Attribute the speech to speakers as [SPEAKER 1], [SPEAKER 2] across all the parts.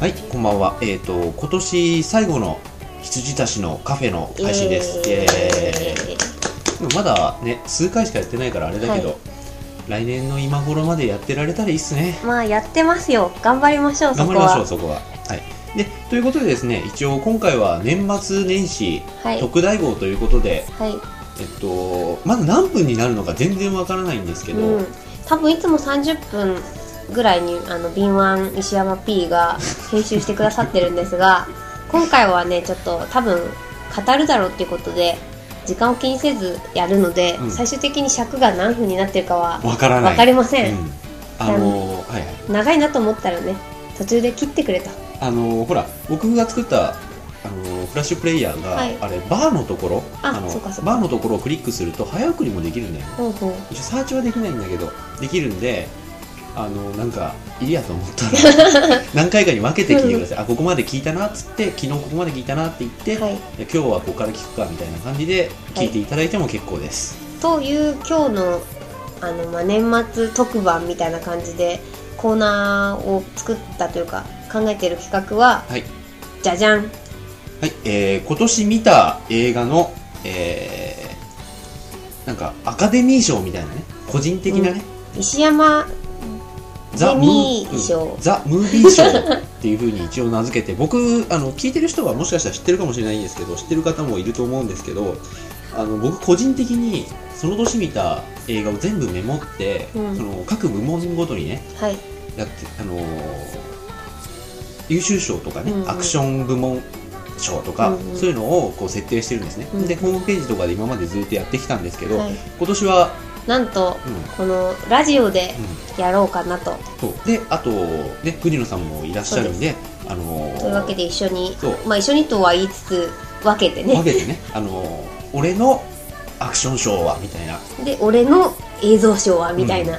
[SPEAKER 1] はい、こんばんは。えっ、と、今年最後の羊たちのカフェの配信です。イエーイでもまだね、数回しかやってないからあれだけど、
[SPEAKER 2] は
[SPEAKER 1] 来年の今頃までやってられたらいいっすね。
[SPEAKER 2] まあやってますよ頑張りましょうそ
[SPEAKER 1] 頑張り
[SPEAKER 2] こ
[SPEAKER 1] ましょ
[SPEAKER 2] は
[SPEAKER 1] う、そこは。はい。で、ということでですね、一応今回は年末年始
[SPEAKER 2] はい
[SPEAKER 1] 特大号ということで、
[SPEAKER 2] は
[SPEAKER 1] えっと、まだ何分になるのか全然わからないんですけ
[SPEAKER 2] い、
[SPEAKER 1] ど、
[SPEAKER 2] うん、多分いつも30分ぐらいにあの敏腕石山 P が編集してくださってるんで すが今回はねちょっと多分語るだろうっていうことで時間を気にせずやるので、
[SPEAKER 1] うん
[SPEAKER 2] 最終的に尺が何分になってるかは
[SPEAKER 1] わからない。
[SPEAKER 2] 分かりません、
[SPEAKER 1] うん。あのー、はいはい。
[SPEAKER 2] 長いなと思ったらね途中で切ってくれと
[SPEAKER 1] あのーほら僕が作った、あのーフラッシュプレイヤーが、
[SPEAKER 2] はい
[SPEAKER 1] あれバーのところ
[SPEAKER 2] あ
[SPEAKER 1] の
[SPEAKER 2] そうかそうか
[SPEAKER 1] バーのところをクリックすると早送りもできるんだよね
[SPEAKER 2] ほうほう
[SPEAKER 1] 一応サーチはできないんだけどできるんであのーなんかいいやと思った ら何回かに分けて聞いてくださいあここまで聞いたなっつって昨日ここまで聞いたなって言って、
[SPEAKER 2] はい
[SPEAKER 1] で今日はここから聞くかみたいな感じで聞いていただいても結構です、
[SPEAKER 2] という今日のあの、まあ、年末特番みたいな感じでコーナーを作ったというか考えてる企画は、
[SPEAKER 1] はい
[SPEAKER 2] じゃじゃん
[SPEAKER 1] はい、えー今年見た映画の、えーなんかアカデミー賞みたいなね個人的なね、
[SPEAKER 2] 石山
[SPEAKER 1] ザ・
[SPEAKER 2] デ
[SPEAKER 1] ム
[SPEAKER 2] ミー
[SPEAKER 1] ー
[SPEAKER 2] 賞
[SPEAKER 1] ザ・ムービー賞っていうふうに一応名付けて僕あの聞いてる人はもしかしたら知ってるかもしれないんですけど知ってる方もいると思うんですけどあの僕個人的にその年見た映画を全部メモって、
[SPEAKER 2] うん
[SPEAKER 1] その各部門ごとにね
[SPEAKER 2] はい
[SPEAKER 1] だって、あのー優秀賞とかね、
[SPEAKER 2] うんうん
[SPEAKER 1] アクション部門賞とか、
[SPEAKER 2] うんうん
[SPEAKER 1] そういうのをこう設定してるんですね、
[SPEAKER 2] うん
[SPEAKER 1] でホームページとかで今までずっとやってきたんですけど、
[SPEAKER 2] はい
[SPEAKER 1] 今年は、
[SPEAKER 2] なんと
[SPEAKER 1] うんうん
[SPEAKER 2] このラジオでやろうかなと
[SPEAKER 1] そうであと、ね、国野さんもいらっしゃるんで、あのー
[SPEAKER 2] というわけで一緒に
[SPEAKER 1] そう
[SPEAKER 2] まあ一緒にとは言いつつ分けてね
[SPEAKER 1] 分けてね、あのー俺のアクションショーはみたいな、
[SPEAKER 2] で俺の映像賞はみたいな、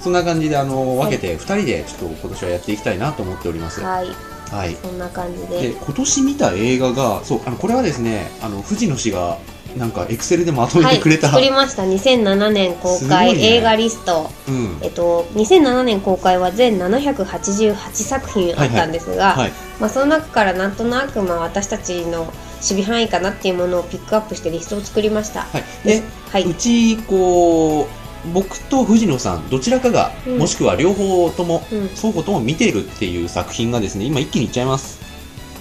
[SPEAKER 1] そんな感じで、あのー
[SPEAKER 2] はい
[SPEAKER 1] 分けて2人でちょっと今年はやっていきたいなと思っております。は
[SPEAKER 2] はい
[SPEAKER 1] い、
[SPEAKER 2] そんな感じ
[SPEAKER 1] で
[SPEAKER 2] で
[SPEAKER 1] 今年見た映画が、そうあのこれはですね、あの藤野氏がなんかエクセルでまとめ
[SPEAKER 2] は
[SPEAKER 1] て
[SPEAKER 2] い
[SPEAKER 1] くれた、
[SPEAKER 2] 作りました2007年公
[SPEAKER 1] すごい
[SPEAKER 2] 開、
[SPEAKER 1] ね
[SPEAKER 2] 映画リスト
[SPEAKER 1] うん
[SPEAKER 2] えっと、2007年公開は全788作品あったんですが、
[SPEAKER 1] はい、
[SPEAKER 2] まあ、その中からなんとなくまあ私たちの守備範囲かなっていうものをピックアップしてリストを作りました。
[SPEAKER 1] はい、で、、
[SPEAKER 2] はいう
[SPEAKER 1] ちこう僕と藤野さんどちらかが、
[SPEAKER 2] うん
[SPEAKER 1] もしくは両方とも
[SPEAKER 2] うん、
[SPEAKER 1] 双方とも見てるっていう作品がですね今一気にいっちゃいます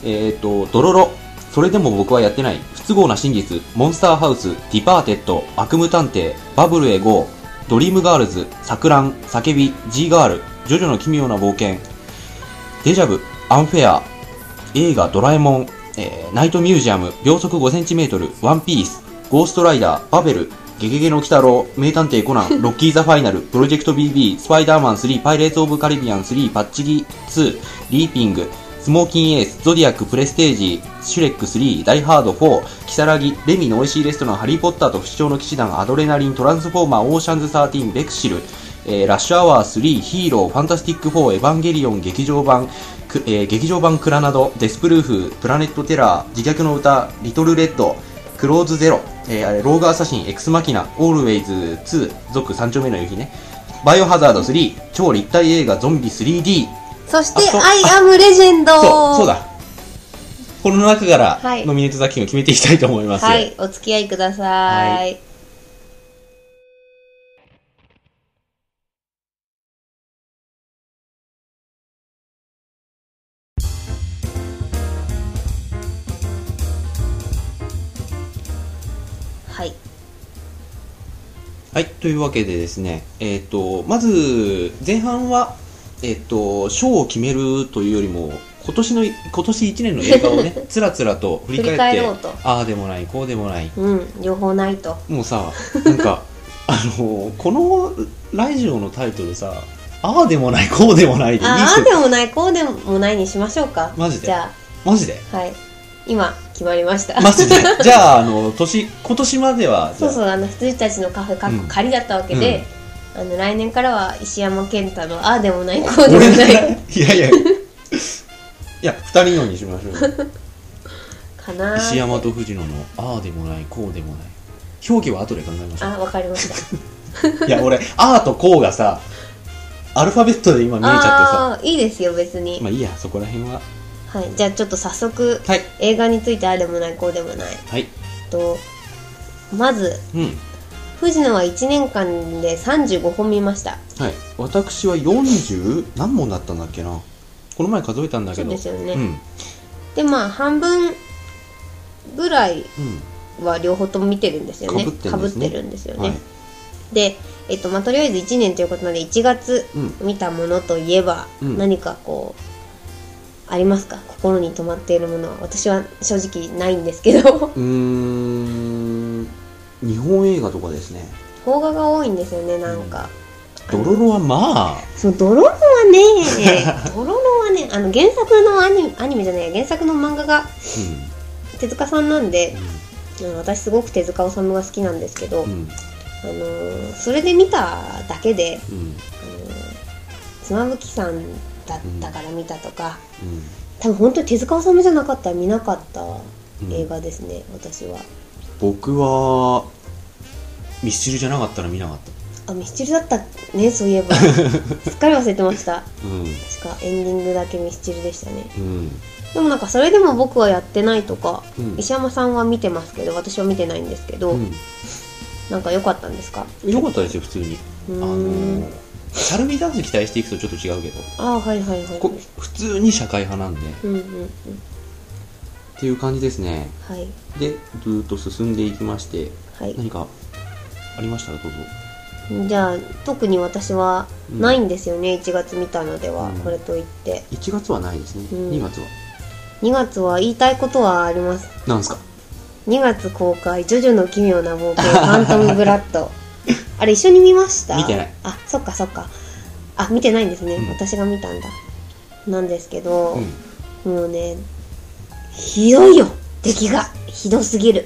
[SPEAKER 1] えっ、と「ドロロ」「それでも僕はやってない」「不都合な真実」「モンスターハウス」「ディパーテッド」「悪夢探偵」「バブルへ GO」「ドリームガールズ」「錯乱」「叫び」「G ガール」「ジョジョの奇妙な冒険」「デジャブ」「アンフェア」映画「ドラえもん」えーナイトミュージアム」「秒速 5cm」「ワンピース」「ゴーストライダー」「バベル」「ゲゲゲの鬼太郎」「名探偵コナン」「ロッ キー・ザ・ファイナル」「プロジェクト BB」「スパイダーマン3」「パイレーツ・オブ・カリビアン3」「パッチギ2」「リーピング」「スモーキン・エース」「ゾディアック・プレステージ」「シュレック3」「ダイ・ハード4」「キサラギ」「レミの美味しいレストラン」「ハリー・ポッターと不死鳥の騎士団」「アドレナリン」「トランスフォーマー」「オーシャンズ13」「ベクシル」えーラッシュアワー3、ヒーロー、ファンタスティック4、エヴァンゲリオン劇場版、くえー劇場版クラなど、デスプルーフ、プラネットテラー、自虐の歌、リトルレッド、クローズゼロ、えーあれローグアサシン、エクスマキナ、オールウェイズ2、続3丁目の夕日ね、バイオハザード3、超立体映画ゾンビ 3D、
[SPEAKER 2] そし
[SPEAKER 1] あ
[SPEAKER 2] て「
[SPEAKER 1] そう
[SPEAKER 2] アイ・アム・レジェンド」
[SPEAKER 1] そう、そうだ。この中から
[SPEAKER 2] はい
[SPEAKER 1] ノミネート作品を決めていきたいと思います。
[SPEAKER 2] はい、お付き合いください。
[SPEAKER 1] は
[SPEAKER 2] はい、
[SPEAKER 1] はい、というわけでですね、えっ、と、まず、前半は、えっ、と、賞を決めるというよりも、今年の、今年1年の映画を ね、つらつらと振り返
[SPEAKER 2] 振り
[SPEAKER 1] って、
[SPEAKER 2] 返ろうと
[SPEAKER 1] ああでもない、こうでもない、
[SPEAKER 2] うん、両方ないと。
[SPEAKER 1] もうさ、なん か、あのこのラジオのタイトルさ、ああでもない、こうでもないでいい
[SPEAKER 2] ああ
[SPEAKER 1] 人
[SPEAKER 2] でもないこうでもないにしましょうか
[SPEAKER 1] マジで
[SPEAKER 2] じゃ
[SPEAKER 1] マジで
[SPEAKER 2] あはい今決まりました、
[SPEAKER 1] マジで じゃあ、あの、年、今年までは、じ
[SPEAKER 2] そ
[SPEAKER 1] ゃ
[SPEAKER 2] う
[SPEAKER 1] あ
[SPEAKER 2] そうあの羊たちのカフェかっこ仮だったわけで、あの来年からは石山健太のああでもないこうでも
[SPEAKER 1] 俺
[SPEAKER 2] な
[SPEAKER 1] ね
[SPEAKER 2] い
[SPEAKER 1] いやいや、いや、二人のにしましょうよ。
[SPEAKER 2] かなー
[SPEAKER 1] 石山と藤野のああでもないこうでもない表記は後で考えましょ
[SPEAKER 2] あわかりました
[SPEAKER 1] ういや俺ああとこうがさアルファベットで今見えちゃっ
[SPEAKER 2] ああーいいですよ別
[SPEAKER 1] て
[SPEAKER 2] に
[SPEAKER 1] さ。、まあいいや、そこら辺は。
[SPEAKER 2] はい、じゃあちょっと早速
[SPEAKER 1] はい。
[SPEAKER 2] 映画についてああでもないこうでもない
[SPEAKER 1] はい。
[SPEAKER 2] とまず
[SPEAKER 1] うん。
[SPEAKER 2] 藤野は1年間で35本見ました
[SPEAKER 1] はい。私は40何本だったんだっけな。この前数えたんだけ
[SPEAKER 2] そう
[SPEAKER 1] ど。
[SPEAKER 2] ですよね、
[SPEAKER 1] うん。
[SPEAKER 2] でまあ半分ぐらい
[SPEAKER 1] うん。
[SPEAKER 2] は両方とも見てるんですよね
[SPEAKER 1] 被ってるんですね
[SPEAKER 2] 被るんですよね、
[SPEAKER 1] はい。
[SPEAKER 2] で、えっとまあ、とりあえず1年ということなので1月
[SPEAKER 1] うん。
[SPEAKER 2] 見たものといえば、
[SPEAKER 1] うん
[SPEAKER 2] 何かこうありますか心に留まっているものは私は正直ないんですけど
[SPEAKER 1] うーん。日本映画とかですね。
[SPEAKER 2] 邦画が多いんですよねなんか、
[SPEAKER 1] ドロロはまあ、
[SPEAKER 2] そう、ドロロはね、 ドロロはね、あの原作のアニアニメじゃない、原作の漫画が手塚さんなんで、あの私すごく手塚治虫が好きなんですけど、
[SPEAKER 1] うん。うん。
[SPEAKER 2] あのーそれで見ただけで、
[SPEAKER 1] うん。
[SPEAKER 2] あのー妻夫木さんだったから見たとか、
[SPEAKER 1] うん。
[SPEAKER 2] 多分本当に手塚治虫じゃなかったら見なかった
[SPEAKER 1] うん
[SPEAKER 2] 映画ですね、私は。
[SPEAKER 1] 僕は、ミスチルじゃなかったら見なかった。
[SPEAKER 2] あ、ミスチルだったね、そういえ ば。すっかり忘れてました。
[SPEAKER 1] う
[SPEAKER 2] 確かエンディングだけミスチルでしたね。
[SPEAKER 1] ん。うん。
[SPEAKER 2] でもなんかそれでも僕はやってないとか、
[SPEAKER 1] うん
[SPEAKER 2] 石山さんは見てますけど私は見てないんですけど、なんか良かったんですか
[SPEAKER 1] うん。よかったですよ、普通に。
[SPEAKER 2] う
[SPEAKER 1] あ
[SPEAKER 2] ー
[SPEAKER 1] の
[SPEAKER 2] ん
[SPEAKER 1] ー、チャルミダンス期待していくとちょっと違うけど、
[SPEAKER 2] ああーはいはいはい
[SPEAKER 1] こ普通に社会派なんで、
[SPEAKER 2] うんうんうん
[SPEAKER 1] っていう感じですね。
[SPEAKER 2] はい
[SPEAKER 1] で、ずーっと進んでいきまして、
[SPEAKER 2] はい
[SPEAKER 1] 何かありましたらどうぞ。
[SPEAKER 2] じゃあ特に私は
[SPEAKER 1] うん
[SPEAKER 2] ないんですよね、1月見たのでは、
[SPEAKER 1] うん
[SPEAKER 2] これといって
[SPEAKER 1] 1月はないですね。
[SPEAKER 2] うん
[SPEAKER 1] 2月は。
[SPEAKER 2] 2月は言いたいことはあります
[SPEAKER 1] なんですか
[SPEAKER 2] 2月公開「ジョジョの奇妙な 冒険ファントム・ブラッド」あれ一緒に見ました
[SPEAKER 1] 見てない
[SPEAKER 2] あそっかそっかあ見てないんですね、
[SPEAKER 1] うん
[SPEAKER 2] 私が見たんだなんですけど、
[SPEAKER 1] うん。
[SPEAKER 2] もうね、ひどいよ出来がひどすぎる。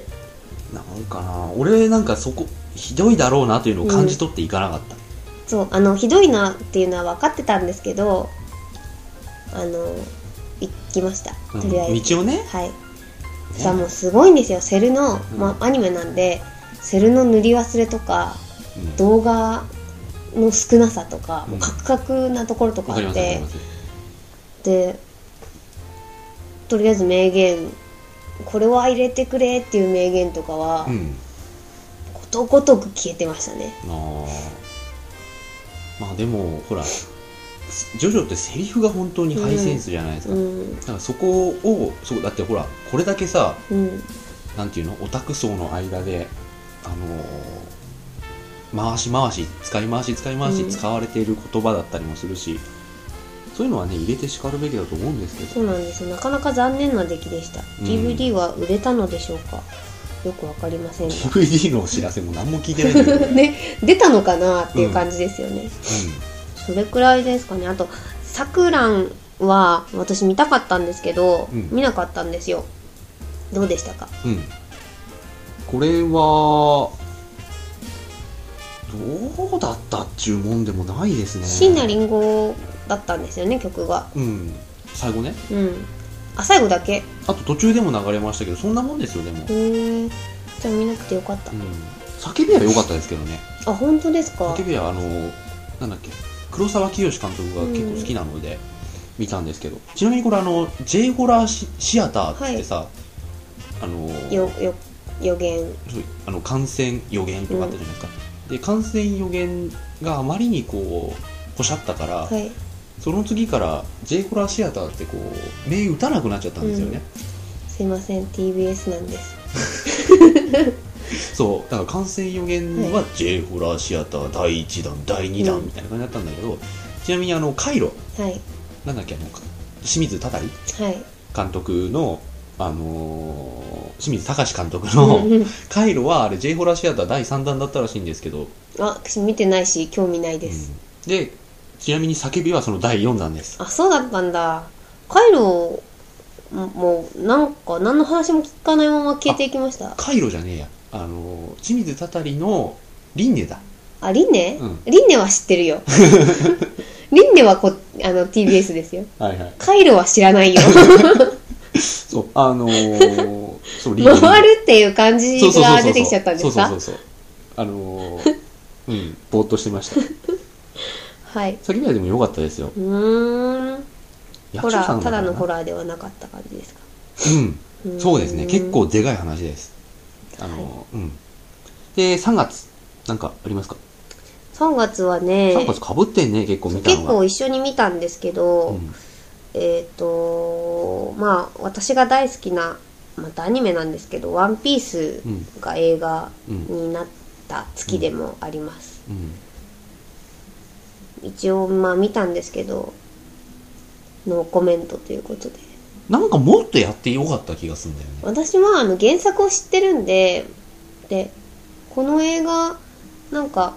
[SPEAKER 1] なんかな俺なんかそこ、ひどいだろうなというのを感じ取っていかなかった。
[SPEAKER 2] そう、あの、ひどいなっていうのは分かってたんですけど、あの、行きました。
[SPEAKER 1] うん
[SPEAKER 2] とりあえず。
[SPEAKER 1] 道をね。
[SPEAKER 2] はい。じゃあもうすごいんですよ。セルの、
[SPEAKER 1] うん
[SPEAKER 2] まあ、アニメなんで、セルの塗り忘れとか、
[SPEAKER 1] うん
[SPEAKER 2] 動画の少なさとか、
[SPEAKER 1] うん
[SPEAKER 2] カクカクなところとか
[SPEAKER 1] わか
[SPEAKER 2] あ
[SPEAKER 1] り
[SPEAKER 2] っ
[SPEAKER 1] ますわかり
[SPEAKER 2] て
[SPEAKER 1] ま、す。
[SPEAKER 2] でとりあえず名言、これは入れてくれっていう名言とかは、
[SPEAKER 1] うん。
[SPEAKER 2] ことごとく消えてましたね
[SPEAKER 1] あーまあでもほらジョジョってセリフが本当にハイセンスじゃないですか、
[SPEAKER 2] う
[SPEAKER 1] だ
[SPEAKER 2] ん
[SPEAKER 1] からそこをそうだってほらこれだけさ
[SPEAKER 2] うん
[SPEAKER 1] なんていうのオタク層の間であのー回し回し使い回し使い回
[SPEAKER 2] う
[SPEAKER 1] し
[SPEAKER 2] ん
[SPEAKER 1] 使われている言葉だったりもするし、そういうのはね入れてしかるべきだと思うんですけ
[SPEAKER 2] そ
[SPEAKER 1] ど
[SPEAKER 2] うなんですよなかなか残念な出来でした、
[SPEAKER 1] うん
[SPEAKER 2] DVD は売れたのでしょうかよくわかりませんが
[SPEAKER 1] DVD のお知らせも何も聞いてないんだけど、
[SPEAKER 2] ね出たのかなっていう感じですよね、それくらいですかねあと「さくらん」は私見たかったんですけど、
[SPEAKER 1] うん
[SPEAKER 2] 見なかったんですよどうでしたか
[SPEAKER 1] うん、うん、これはどうだったっちゅうもんでもないですね
[SPEAKER 2] 椎名林檎だったんですよね曲が
[SPEAKER 1] うん、最後ね。
[SPEAKER 2] うんあ最後だけへ
[SPEAKER 1] あと途中でも流れましたけど、そんなもんですよ、でも。うん。
[SPEAKER 2] えじゃあ見なくてよかった、
[SPEAKER 1] 叫びは良かったですけどね。
[SPEAKER 2] あ本当ですか
[SPEAKER 1] 叫びは、あの、なんだっけ、黒沢清監督が結構好きなので、見たんですけど。ちなみにこれ、あの、J ホラーシシアターってさ、あの、
[SPEAKER 2] よよ予言
[SPEAKER 1] そうあの感染予言とかあったじゃないですか。で、感染予言があまりにこう、こしゃったから、
[SPEAKER 2] はい
[SPEAKER 1] その次から J ホラーシアターってこう、目打たなくなっちゃったんですよね。
[SPEAKER 2] すいません TBS なんです
[SPEAKER 1] そうだから感染予言は J ホラーシアター第1弾第2
[SPEAKER 2] う
[SPEAKER 1] 弾
[SPEAKER 2] ん
[SPEAKER 1] みたいな感じだったんだけど、ちなみにあのカイロ
[SPEAKER 2] はい
[SPEAKER 1] なんだっけあの清水たたり
[SPEAKER 2] はい
[SPEAKER 1] 監督のあのー清水隆監督
[SPEAKER 2] う
[SPEAKER 1] の
[SPEAKER 2] んうん
[SPEAKER 1] カイロはあれ J ホラーシアター第3弾だったらしいんですけど、
[SPEAKER 2] あ私見てないし興味ないです、
[SPEAKER 1] うんでちなみに叫びはその第4弾です
[SPEAKER 2] あそうだったんだカイロもうなんか何の話も聞かないまま消えていきましたあ
[SPEAKER 1] カイロじゃねえやあのー清水たたりの輪廻だ
[SPEAKER 2] リンネ、
[SPEAKER 1] うん
[SPEAKER 2] リンネは知って るよリンネはこあの TBS ですよ
[SPEAKER 1] はいはい
[SPEAKER 2] カイロは知らないよ
[SPEAKER 1] そうあの ーそう輪廻
[SPEAKER 2] 回るっていう感じ
[SPEAKER 1] そうそうそうそ
[SPEAKER 2] が
[SPEAKER 1] う
[SPEAKER 2] 出てきちゃったんです
[SPEAKER 1] そ
[SPEAKER 2] か
[SPEAKER 1] うそうそうそうあのーうんぼーっとしてました
[SPEAKER 2] はい。
[SPEAKER 1] それ以外でも良かったですよ
[SPEAKER 2] うーん。ホ
[SPEAKER 1] 役者
[SPEAKER 2] ラ
[SPEAKER 1] さん
[SPEAKER 2] ー、
[SPEAKER 1] だか
[SPEAKER 2] ただ
[SPEAKER 1] らな
[SPEAKER 2] のホラーではなかった感じですか。
[SPEAKER 1] う
[SPEAKER 2] うんん
[SPEAKER 1] そうですね結構でかい話ですあの、うんで3月なんかありますか、
[SPEAKER 2] 3月はね、
[SPEAKER 1] 3月かぶってんね結構見た
[SPEAKER 2] 結
[SPEAKER 1] のが
[SPEAKER 2] 構一緒に見たんですけど、
[SPEAKER 1] うん
[SPEAKER 2] えっ、とまあ私が大好きなまたアニメなんですけど「ワンピース
[SPEAKER 1] うん
[SPEAKER 2] が映画
[SPEAKER 1] うん
[SPEAKER 2] になった月でもあります、
[SPEAKER 1] うん
[SPEAKER 2] 一応まあ見たんですけどノーコメントということで
[SPEAKER 1] なんかもっとやってよかった気がするんだよね
[SPEAKER 2] 私はあの原作を知ってるんででこの映画なんか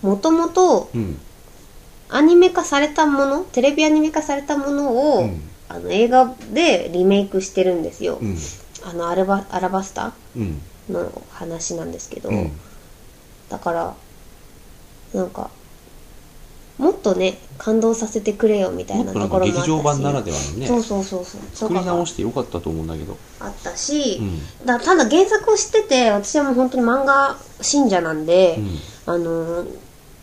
[SPEAKER 2] もともと
[SPEAKER 1] うん
[SPEAKER 2] アニメ化されたものテレビアニメ化されたものを、
[SPEAKER 1] うん
[SPEAKER 2] あの映画でリメイクしてるんですよ、
[SPEAKER 1] うん
[SPEAKER 2] あのアルバアラバスタ
[SPEAKER 1] うん
[SPEAKER 2] の話なんですけど、
[SPEAKER 1] うん
[SPEAKER 2] だからなんかもっとね感動させてくれよみたい
[SPEAKER 1] もっ
[SPEAKER 2] な
[SPEAKER 1] とな
[SPEAKER 2] と
[SPEAKER 1] ん
[SPEAKER 2] こ
[SPEAKER 1] か
[SPEAKER 2] ろもあったし
[SPEAKER 1] 劇場版ならではのね
[SPEAKER 2] そうそうそうそう
[SPEAKER 1] 作り直
[SPEAKER 2] と
[SPEAKER 1] してよかったと思うんだけど
[SPEAKER 2] かがあったし、
[SPEAKER 1] うん
[SPEAKER 2] だただ原作を知ってて私はもう本当に漫画信者なんで、
[SPEAKER 1] うん
[SPEAKER 2] あのー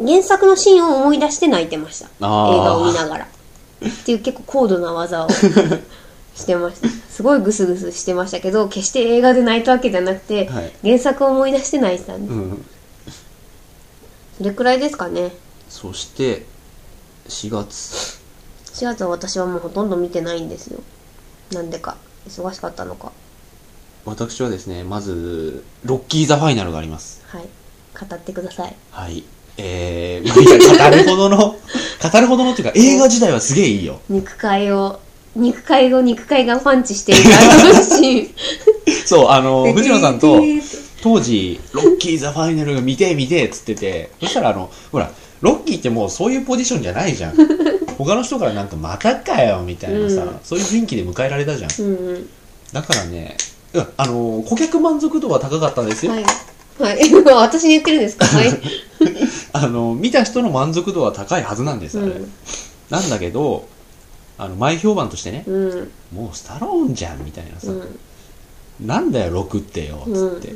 [SPEAKER 2] 原作のシーンを思い出して泣いてました映
[SPEAKER 1] あー
[SPEAKER 2] 画を見ながらっていう結構高度 な技をしてましたすごいグスグスしてましたけど決して映画で泣いたわけじゃなくて、
[SPEAKER 1] はい
[SPEAKER 2] 原作を思い出して泣いてたんです、
[SPEAKER 1] うん
[SPEAKER 2] それくらいですかね
[SPEAKER 1] そして4月
[SPEAKER 2] 4月は私はもうほとんど見てないんですよなんでか忙しかったのか
[SPEAKER 1] 私はですねまずロッキー・ザ・ファイナルがあります
[SPEAKER 2] はい語ってください
[SPEAKER 1] はい。えー、ま あいや語るほどの、語るほどのって いうか、映画自体はすげえいいよ。
[SPEAKER 2] 肉塊を肉塊を肉塊がパンチしているあのシ
[SPEAKER 1] そう、あの
[SPEAKER 2] ー、ン
[SPEAKER 1] 藤野さんと、当時、ロッキー・ザ・ファイナルが見て、見て、つってて、そしたらあの、ほら、ロッキーってもうそういうポジションじゃない じゃん。他の人からなんか、またかよ、みたいなさ、
[SPEAKER 2] うん
[SPEAKER 1] そういう雰囲気で迎えられたじゃん。
[SPEAKER 2] うんうん
[SPEAKER 1] だからね、うんあの、顧客満足度は高かったんですよ。
[SPEAKER 2] はい。はい。 私に言ってるんです かはい。
[SPEAKER 1] あの、見た人の満足度は高いはずなんです、
[SPEAKER 2] う
[SPEAKER 1] あれ。
[SPEAKER 2] ん。
[SPEAKER 1] なんだけど、あの、前評判としてね、
[SPEAKER 2] うん。
[SPEAKER 1] もうスタローンじゃん、みたいなさ、
[SPEAKER 2] うん。
[SPEAKER 1] なんだよ、6ってよ、つって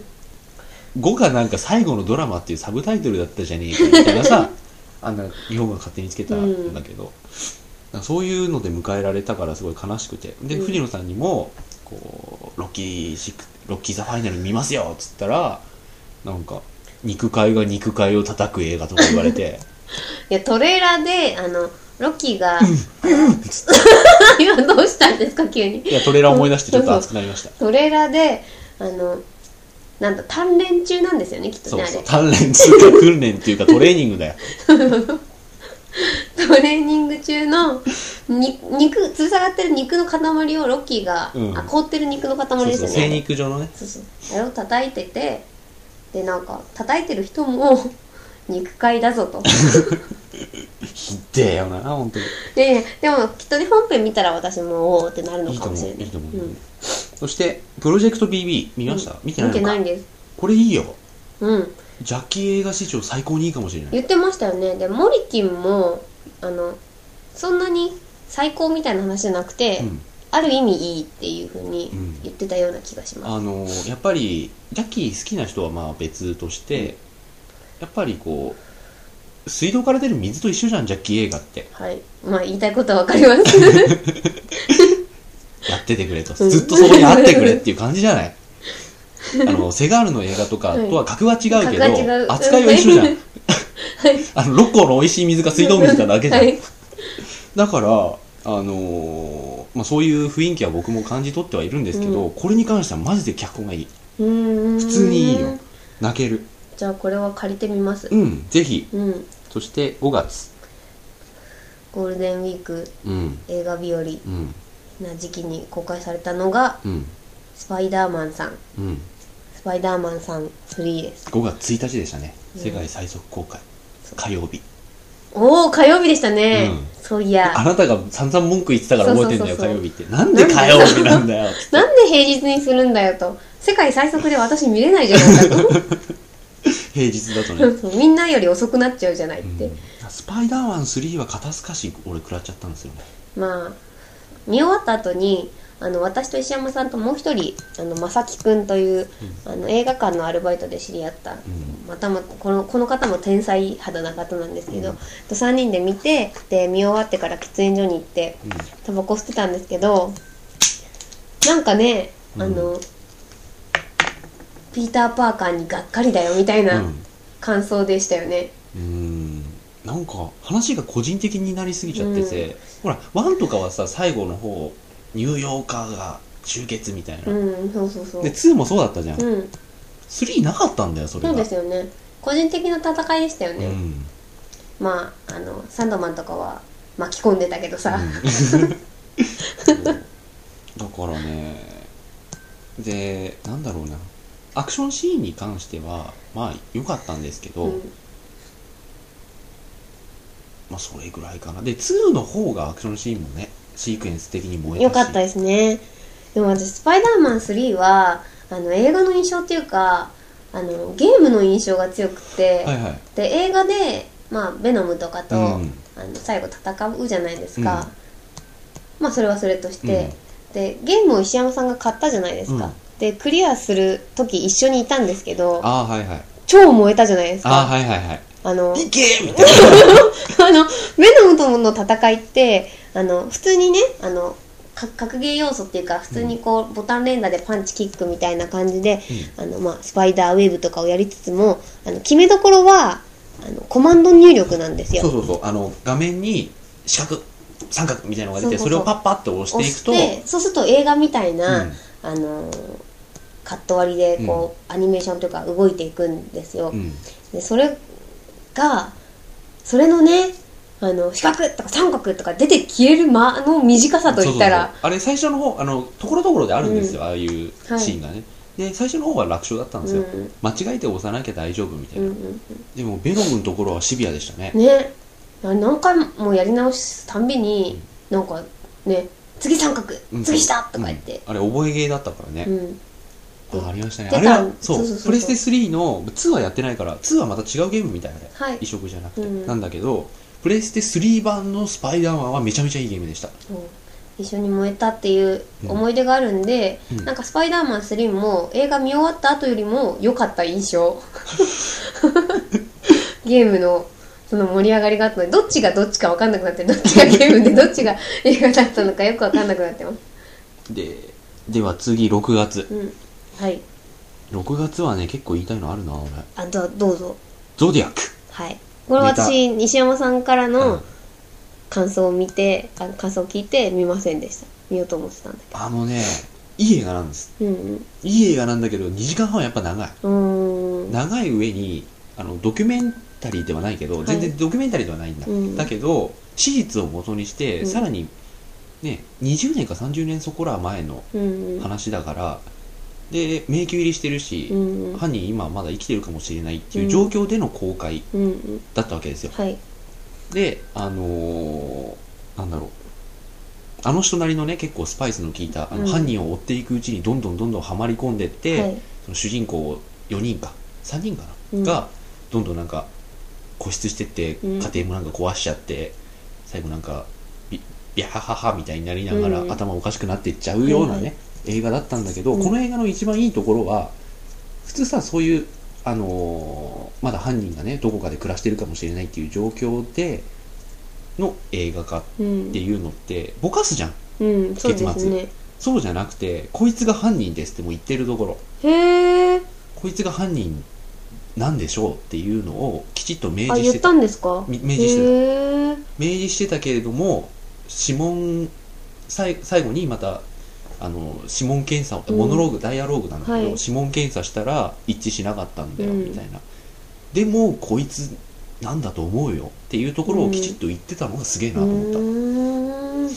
[SPEAKER 2] う。
[SPEAKER 1] 5がなんか最後のドラマっていうサブタイトルだったじゃねえか、みたいな さ、あの、日本が勝手につけたんだけど、なんかそういうので迎えられたからすごい悲しくて。で、
[SPEAKER 2] うん
[SPEAKER 1] 藤野さんにも、こう、ロッキーシック、ロッキーザファイナル見ますよ、つったら、なんか、肉塊が肉塊を叩く映画とか言われ て、
[SPEAKER 2] いや、トレーラーで、あの、ロッキーが、 今どうしたんですか、急に。
[SPEAKER 1] いや、トレーラー思い出してちょっと熱くなりました。
[SPEAKER 2] トレーラーで、あの、なんだ、鍛錬中なんですよね、きっと
[SPEAKER 1] そ
[SPEAKER 2] ね、
[SPEAKER 1] う
[SPEAKER 2] あ
[SPEAKER 1] そう、
[SPEAKER 2] れ。
[SPEAKER 1] 鍛錬っていうか訓練っていうかトレーニングだよ。
[SPEAKER 2] トレーニング中の、に肉、吊る下がってる肉の塊をロッキーが、
[SPEAKER 1] うん
[SPEAKER 2] あ、凍ってる肉の
[SPEAKER 1] そ
[SPEAKER 2] 塊
[SPEAKER 1] う
[SPEAKER 2] で
[SPEAKER 1] そ
[SPEAKER 2] す
[SPEAKER 1] う、
[SPEAKER 2] よ
[SPEAKER 1] 精
[SPEAKER 2] ね。
[SPEAKER 1] 肉状のね、
[SPEAKER 2] そうそう。あれを叩いてて、で、なんか、叩いてる人も、肉塊だぞと。
[SPEAKER 1] ひでえよな、本当に。
[SPEAKER 2] いやいやでもきっとね本編見たら私もおおってなるの
[SPEAKER 1] いい
[SPEAKER 2] か
[SPEAKER 1] と
[SPEAKER 2] もし
[SPEAKER 1] 思う、
[SPEAKER 2] れない
[SPEAKER 1] いいと思う。
[SPEAKER 2] うん
[SPEAKER 1] そして、プロジェクト BB、見ました、見てない
[SPEAKER 2] 見
[SPEAKER 1] のか
[SPEAKER 2] てないんです
[SPEAKER 1] これいいよ。
[SPEAKER 2] うん
[SPEAKER 1] ジャッキー映画史上最高にいいかもしれない。
[SPEAKER 2] 言ってましたよねでモリキンもあのそんなに最高みたいな話じゃなくて、
[SPEAKER 1] うん
[SPEAKER 2] ある意味いいっていうふうに
[SPEAKER 1] うん
[SPEAKER 2] 言ってたような気がします、
[SPEAKER 1] あのーやっぱり、ジャッキー好きな人はまあ別として、やっぱりこう、水道から出る水と一緒じゃん、ジャッキー映画って。
[SPEAKER 2] はいまあ言いたいことはわかりま す
[SPEAKER 1] やっててくれと。
[SPEAKER 2] うん
[SPEAKER 1] ずっとそこにあってくれっていう感じじゃ ないあの、セガールの映画とかとは格は違うけど、
[SPEAKER 2] 格は違う
[SPEAKER 1] 扱いは一緒じゃん。 あの、六甲の美味しい水が水道水なだけじゃん。
[SPEAKER 2] はい
[SPEAKER 1] だから、あのーまあ、そういう雰囲気は僕も感じ取ってはいるんですけど、
[SPEAKER 2] う
[SPEAKER 1] これに関してはマジで脚本がいい
[SPEAKER 2] 普
[SPEAKER 1] 普通にいいよ泣ける
[SPEAKER 2] じゃあこれは借りてみます
[SPEAKER 1] うんぜひ
[SPEAKER 2] うん、
[SPEAKER 1] そして5月
[SPEAKER 2] ゴールデンウィーク
[SPEAKER 1] うん
[SPEAKER 2] 映画日和
[SPEAKER 1] うん
[SPEAKER 2] な時期に公開されたのが
[SPEAKER 1] うん
[SPEAKER 2] スパイダーマンさん
[SPEAKER 1] うん
[SPEAKER 2] スパイダーマンさん3です。
[SPEAKER 1] 5月1日でしたね、
[SPEAKER 2] うん
[SPEAKER 1] 世界最速公開火曜日
[SPEAKER 2] おお、火曜日でしたね。
[SPEAKER 1] うん
[SPEAKER 2] そういや
[SPEAKER 1] あ。なたが散々文句言ってたから覚えてんだよ
[SPEAKER 2] そうそうそうそう
[SPEAKER 1] 火曜日ってなんで火曜日なんだよって
[SPEAKER 2] なんで平日にするんだよと。世界最速で私見れないじゃないかと。
[SPEAKER 1] 平日だとね、
[SPEAKER 2] そうみん なより遅くなっちゃうじゃないっ
[SPEAKER 1] う
[SPEAKER 2] て。
[SPEAKER 1] んスパイダーマン3は肩透かし俺食らっちゃったんですよね
[SPEAKER 2] まあ、見終わった後に、あの私と石山さんともう一人あの正木くんという、あの映画館のアルバイトで知り合った、またまたこのこの方も天才肌な方なんですけど、
[SPEAKER 1] うん
[SPEAKER 2] と3人で見てで見終わってから喫煙所に行って
[SPEAKER 1] うん
[SPEAKER 2] タバコ吸ってたんですけどなんかねあの、ピーター・パーカーにがっかりだよみたいな
[SPEAKER 1] うん
[SPEAKER 2] 感想でしたよね。
[SPEAKER 1] うーんなんか話が個人的になりすぎちゃってて、ほらワンとかはさ最後の方ニューヨーカーが集結みたいな、
[SPEAKER 2] うん、そうそうそう
[SPEAKER 1] で。2もそうだったじゃん、
[SPEAKER 2] うん、
[SPEAKER 1] 3なかったんだよそれ
[SPEAKER 2] そ
[SPEAKER 1] が
[SPEAKER 2] うですよね。個人的な戦いでしたよね。
[SPEAKER 1] うん
[SPEAKER 2] まあ、あの、サンドマンとかは巻き込んでたけどさ。
[SPEAKER 1] うんだからねでなんだろうなアクションシーンに関してはまあ良かったんですけど、
[SPEAKER 2] うん、
[SPEAKER 1] まあそれぐらいかなで2の方がアクションシーンもねシークエンス的に燃え
[SPEAKER 2] よ
[SPEAKER 1] たし
[SPEAKER 2] かったですね。でも私、スパイダーマン3は、あの、映画の印象っていうか、あの、ゲームの印象が強くて、
[SPEAKER 1] はいはい
[SPEAKER 2] で、映画で、まあ、ベノムとかと、
[SPEAKER 1] うん
[SPEAKER 2] あの最後戦うじゃないですか。まあ、それはそれとして、で、ゲームを石山さんが買ったじゃないですか。
[SPEAKER 1] うん
[SPEAKER 2] で、クリアする時一緒にいたんですけど、
[SPEAKER 1] ああはいはい
[SPEAKER 2] 超燃えたじゃないです
[SPEAKER 1] ああ
[SPEAKER 2] か。
[SPEAKER 1] はいはいはい
[SPEAKER 2] あの、
[SPEAKER 1] いけみたいな。
[SPEAKER 2] あの、ベノムとの戦いって、あの、普通にね、あの、か格ゲー要素っていうか、普通にこう、ボタン連打でパンチキックみたいな感じで、あの、まあ、スパイダーウェーブとかをやりつつも、あの、決めどころは、あの、コマンド入力なんです
[SPEAKER 1] そう
[SPEAKER 2] よ。
[SPEAKER 1] そうそう。あの、画面に四角、三角みたいなのが出て、
[SPEAKER 2] そ
[SPEAKER 1] そう
[SPEAKER 2] そうそう
[SPEAKER 1] れをパッパッと押していくと、
[SPEAKER 2] 押してそうすると映画みたいな、
[SPEAKER 1] うん
[SPEAKER 2] あのー、カット割りで、こう、アニメーションというか動いていくんですよ。
[SPEAKER 1] うん。
[SPEAKER 2] でそれがそれのねあの四角とか三角とか出て消える間の短さといった
[SPEAKER 1] そうそう
[SPEAKER 2] ら
[SPEAKER 1] そうあれ、最初の方、あの、ところどころであるんですよ、ああいうシ
[SPEAKER 2] はい
[SPEAKER 1] ーンがね。で、最初の方は楽勝だったんですよ。
[SPEAKER 2] うん
[SPEAKER 1] 間違えて押さなきゃ大丈夫みたいうな。
[SPEAKER 2] んうん
[SPEAKER 1] でも、ベノムのところはシビアでしたね。
[SPEAKER 2] ねあ何回もやり直すたんびになんかね次三角
[SPEAKER 1] うん
[SPEAKER 2] 次下とか言って、
[SPEAKER 1] うんあれ、覚えゲーだったから
[SPEAKER 2] う
[SPEAKER 1] ね。
[SPEAKER 2] ん
[SPEAKER 1] あありましたね。
[SPEAKER 2] 出
[SPEAKER 1] あ
[SPEAKER 2] た
[SPEAKER 1] れは、そ
[SPEAKER 2] そうそうそう
[SPEAKER 1] う、
[SPEAKER 2] そう
[SPEAKER 1] プレステ3の、2はやってないから、2はまた違うゲームみたいなね。
[SPEAKER 2] はい
[SPEAKER 1] 移植じゃなくて。
[SPEAKER 2] うん
[SPEAKER 1] なんだけど、プレステ3版のスパイダーマンはめちゃめちゃいいゲームでした。
[SPEAKER 2] そう一緒に燃えたっていう思い出があるんで、
[SPEAKER 1] うん
[SPEAKER 2] なんか「スパイダーマン3」も映画見終わった後よりも良かった印 象ゲームのその盛り上がりがあったのでどっちがどっちか分かんなくなってどっちがゲームでどっちが映画だったのかよく分かんなくなってます、
[SPEAKER 1] で、では次6月
[SPEAKER 2] う。ん、はい
[SPEAKER 1] 6月はね、結構言いたいのあるな、俺。
[SPEAKER 2] あとはどうぞ
[SPEAKER 1] ゾディアック。
[SPEAKER 2] はいこれは私西山さんから
[SPEAKER 1] う
[SPEAKER 2] の
[SPEAKER 1] ん
[SPEAKER 2] 感想を見てあ感想を聞いて見ませんでした見ようと思ってたんだ
[SPEAKER 1] あのね、いい映画なんです。
[SPEAKER 2] けどうん
[SPEAKER 1] いい映画なんだけど、2時間半はやっぱ長い。
[SPEAKER 2] うんうーん
[SPEAKER 1] 長い上に、あの、ドキュメンタリーではないけど、
[SPEAKER 2] い
[SPEAKER 1] 全然ドキュメンタリーではないんだ。
[SPEAKER 2] うん
[SPEAKER 1] だけど、史実を元にして、
[SPEAKER 2] うん
[SPEAKER 1] さらに、ね、20年か30年そこら前の
[SPEAKER 2] うん
[SPEAKER 1] 話だから、で、迷宮入りしてる
[SPEAKER 2] う
[SPEAKER 1] し、
[SPEAKER 2] ん
[SPEAKER 1] 犯人今まだ生きてるかもしれないっていううん状況での公開
[SPEAKER 2] うんうん
[SPEAKER 1] だったわけですよ。
[SPEAKER 2] はい
[SPEAKER 1] で、あのーなんだろう。あの人なりのね、結構スパイスの効いた、あの
[SPEAKER 2] うん
[SPEAKER 1] 犯人を追っていくうちにどんどんどんどんはまり込んでって、
[SPEAKER 2] はい
[SPEAKER 1] その主人公を4人か、3人かな、
[SPEAKER 2] うん
[SPEAKER 1] が、どんどんなんか、固執してって、
[SPEAKER 2] うん
[SPEAKER 1] 家庭もなんか壊しちゃって、最後なんか、ビビャハハハみたいになりながら、
[SPEAKER 2] うん
[SPEAKER 1] 頭おかしくなってっちゃうようなね、映画だったんだけど、
[SPEAKER 2] うん
[SPEAKER 1] この映画の一番いいところは、普通さ、そういう、あのーまだ犯人がね、どこかで暮らしてるかもしれないっていう状況で、の映画化っ
[SPEAKER 2] うん
[SPEAKER 1] ていうのって、ぼかすじゃん。
[SPEAKER 2] うん、そうですね。
[SPEAKER 1] そうじゃなくて、こいつが犯人ですってもう言ってるところ、
[SPEAKER 2] へえ。
[SPEAKER 1] こいつが犯人なんでしょうっていうのをきちっと明
[SPEAKER 2] あ、
[SPEAKER 1] 示し
[SPEAKER 2] 言って
[SPEAKER 1] た。
[SPEAKER 2] たんですか
[SPEAKER 1] み明示してた。
[SPEAKER 2] へえ。
[SPEAKER 1] 明示してたけれども、指紋、さい最後にまた、あの、指紋検査を、
[SPEAKER 2] うん
[SPEAKER 1] モノローグ、ダイアローグなんだけど、
[SPEAKER 2] はい
[SPEAKER 1] 指紋検査したら一致しなかったんだよ、
[SPEAKER 2] うん
[SPEAKER 1] みたいな。でも、こいつなんだと思うよっていうところをきちっと言ってたのがすげえな
[SPEAKER 2] う
[SPEAKER 1] と思った。
[SPEAKER 2] ー
[SPEAKER 1] う
[SPEAKER 2] ん。
[SPEAKER 1] ん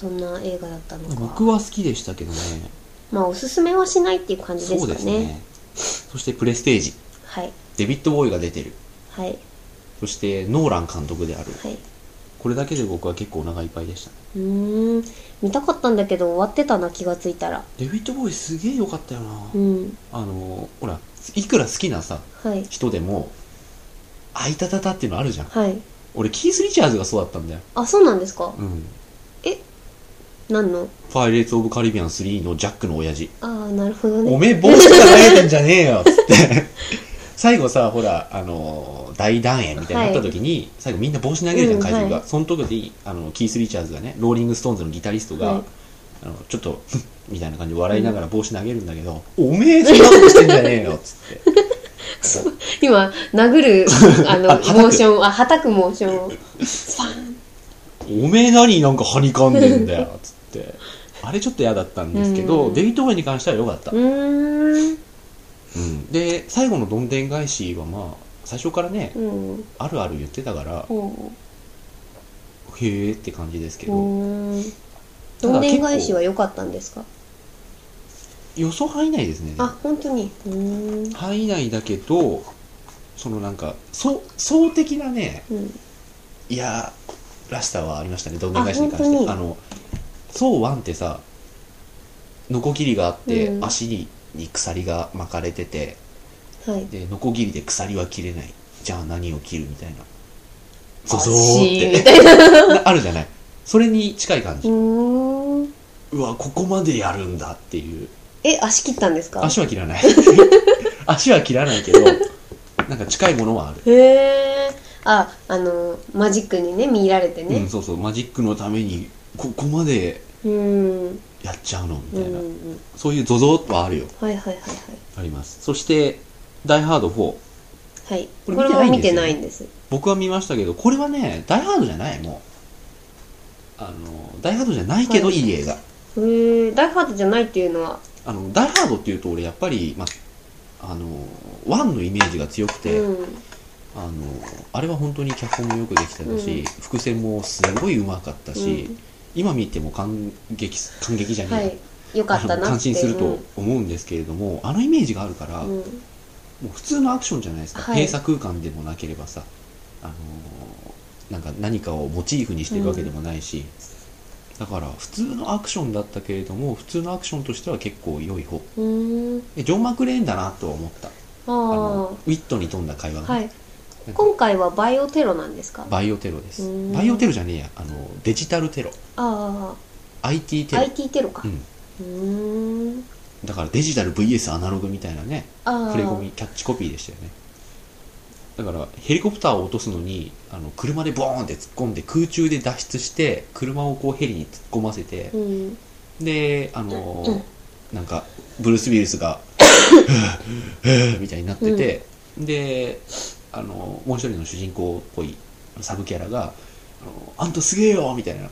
[SPEAKER 2] そんな映画だったのか。
[SPEAKER 1] 僕は好きでしたけどね。
[SPEAKER 2] まあ、おすすめはしないっていう感じです
[SPEAKER 1] そう
[SPEAKER 2] か
[SPEAKER 1] で
[SPEAKER 2] ね。
[SPEAKER 1] すね。そしてプレステージ。
[SPEAKER 2] はい。
[SPEAKER 1] デビッド・ボーイが出てる。
[SPEAKER 2] はい。
[SPEAKER 1] そして、ノーラン監督である。
[SPEAKER 2] はい。
[SPEAKER 1] これだけで僕は結構お腹いっぱいでしたね。
[SPEAKER 2] うーん。見たかったんだけど、終わってたな、気がついたら。
[SPEAKER 1] デビッド・ボーイすげえ良かったよな。
[SPEAKER 2] うん。
[SPEAKER 1] あの、ほら、いくら好きなさ、
[SPEAKER 2] はい。
[SPEAKER 1] 人でも、あいたたたっていうのあるじゃん。
[SPEAKER 2] はい。
[SPEAKER 1] 俺、キース・リチャーズがそうだったんだよ。
[SPEAKER 2] あ、そうなんですか
[SPEAKER 1] うん。
[SPEAKER 2] え何の
[SPEAKER 1] パイレーツ・オブ・カリビアン3のジャックの親父。
[SPEAKER 2] ああ、なるほどね。
[SPEAKER 1] おめえ、帽子から投げてんじゃねえよっつって。 最後さ、ほら、あのー大団円みたいになった時に、最後みんな帽子投げるじゃん、
[SPEAKER 2] うん
[SPEAKER 1] 会場が。
[SPEAKER 2] は
[SPEAKER 1] その時に、あの、キース・リチャーズがね、ローリング・ストーンズのギタリストが、
[SPEAKER 2] はい
[SPEAKER 1] あのちょっと、ふっみたいな感じで笑いながら帽子投げるんだけど、おめえ、そんなことしてんじゃねえよっつって。
[SPEAKER 2] 今、殴る、あの、
[SPEAKER 1] あ叩く
[SPEAKER 2] モーション、あ、はたくモーシ ョンを。スパーン
[SPEAKER 1] おめえ何なんかはにかんでんだよ、つ って。あれちょっと嫌だったんですけど、
[SPEAKER 2] うん
[SPEAKER 1] デビッド・オーェンに関しては良かった
[SPEAKER 2] う。ーん。
[SPEAKER 1] うんで、最後のどんでん返しはまあ、最初からね、
[SPEAKER 2] うん。
[SPEAKER 1] あるある言ってたから、
[SPEAKER 2] ほ
[SPEAKER 1] へーって感じですけ
[SPEAKER 2] う。
[SPEAKER 1] ど、
[SPEAKER 2] うーん。
[SPEAKER 1] ただ
[SPEAKER 2] どんでん返しは良かったんですか
[SPEAKER 1] 予想範囲内ですね。
[SPEAKER 2] あ、本当に。うーん。
[SPEAKER 1] 範囲内だけど、そのなんか、そう、そう的なね、
[SPEAKER 2] うん。
[SPEAKER 1] いやー、らしさはありましたね、どんでん返しに関し
[SPEAKER 2] あ本
[SPEAKER 1] て。
[SPEAKER 2] 当
[SPEAKER 1] あ
[SPEAKER 2] に
[SPEAKER 1] の、そうワンってさ、ノコギリがあって、
[SPEAKER 2] うん
[SPEAKER 1] 足にに鎖が巻かれてて、
[SPEAKER 2] はい。
[SPEAKER 1] でノコギリで鎖は切れないじゃあ何を切るみたいなゾゾー
[SPEAKER 2] 足み
[SPEAKER 1] って
[SPEAKER 2] たいな。
[SPEAKER 1] なあるじゃないそれに近い感
[SPEAKER 2] う
[SPEAKER 1] じ、
[SPEAKER 2] ーん。
[SPEAKER 1] うわここまでやるんだっていう
[SPEAKER 2] え、足切ったんですか
[SPEAKER 1] 足は切らない 足は切らないけどなんか近いものはある、
[SPEAKER 2] へえ。あ、あの、マジックにね、見入られて
[SPEAKER 1] うん
[SPEAKER 2] ね。
[SPEAKER 1] そうそうマジックのためにここまで
[SPEAKER 2] うん。うん。
[SPEAKER 1] やっちゃうの
[SPEAKER 2] う
[SPEAKER 1] みたいな、
[SPEAKER 2] ん。
[SPEAKER 1] そういうゾゾーはあるよ
[SPEAKER 2] はいはいはいはい。
[SPEAKER 1] ありますそして「ダイハード4
[SPEAKER 2] はい。
[SPEAKER 1] こ
[SPEAKER 2] こ
[SPEAKER 1] れ
[SPEAKER 2] れ
[SPEAKER 1] 見てな
[SPEAKER 2] も
[SPEAKER 1] いんですよね
[SPEAKER 2] 見てないんです。」
[SPEAKER 1] 僕は見ましたけどこれはね「ダイハード」じゃないもうあの「ダイハード」じゃないけど
[SPEAKER 2] はい
[SPEAKER 1] い映画、
[SPEAKER 2] へえ。ダイハードじゃないっていうのは。
[SPEAKER 1] あの、ダイハードっていうと俺やっぱり、まあ、あの、ワンのイメージが強くて、
[SPEAKER 2] うん。
[SPEAKER 1] あの、あれは本当に脚本もよくできてたし、
[SPEAKER 2] うん
[SPEAKER 1] 伏線もすごいうまかったし、
[SPEAKER 2] うん
[SPEAKER 1] 今見ても感激、感激じゃねえ
[SPEAKER 2] は
[SPEAKER 1] や、
[SPEAKER 2] い。よかったなって。
[SPEAKER 1] あの感心すると思うんですけれども、あのイメージがあるから、も
[SPEAKER 2] うん。うん
[SPEAKER 1] う普通のアクションじゃないですか。
[SPEAKER 2] はい
[SPEAKER 1] 閉鎖空間でもなければさ、あの、なんか何かをモチーフにしてるわけでもないし、だから普通のアクションだったけれども、普通のアクションとしては結構良い方。
[SPEAKER 2] うーん。
[SPEAKER 1] えジョン・マクレーンだなとは思った
[SPEAKER 2] あ
[SPEAKER 1] あ
[SPEAKER 2] あ
[SPEAKER 1] の。ウィットに富んだ会話の、
[SPEAKER 2] はい。今回はバイオテロなんですか。あ
[SPEAKER 1] バイオテロです
[SPEAKER 2] うーん
[SPEAKER 1] バイオテロじゃねえやあのデジタルテロ
[SPEAKER 2] あ
[SPEAKER 1] IT テ
[SPEAKER 2] ー、
[SPEAKER 1] ロ、
[SPEAKER 2] IT テロか
[SPEAKER 1] う。ん、
[SPEAKER 2] うーん。
[SPEAKER 1] だからデジタル VS アナログみたいなね
[SPEAKER 2] ああ。
[SPEAKER 1] 触れ込みキャッチコピーでしたよねだからヘリコプターを落とすのにあの車でボーンって突っ込んで空中で脱出して車をこうヘリに突っ込ませて
[SPEAKER 2] う、ん。
[SPEAKER 1] であの
[SPEAKER 2] うん
[SPEAKER 1] なんかブルース・ウィルスが「ふぅふぅみたいになってて、であのもう一人の主人公っぽいサブキャラが「あのあんたすげえよ!」みたいなあの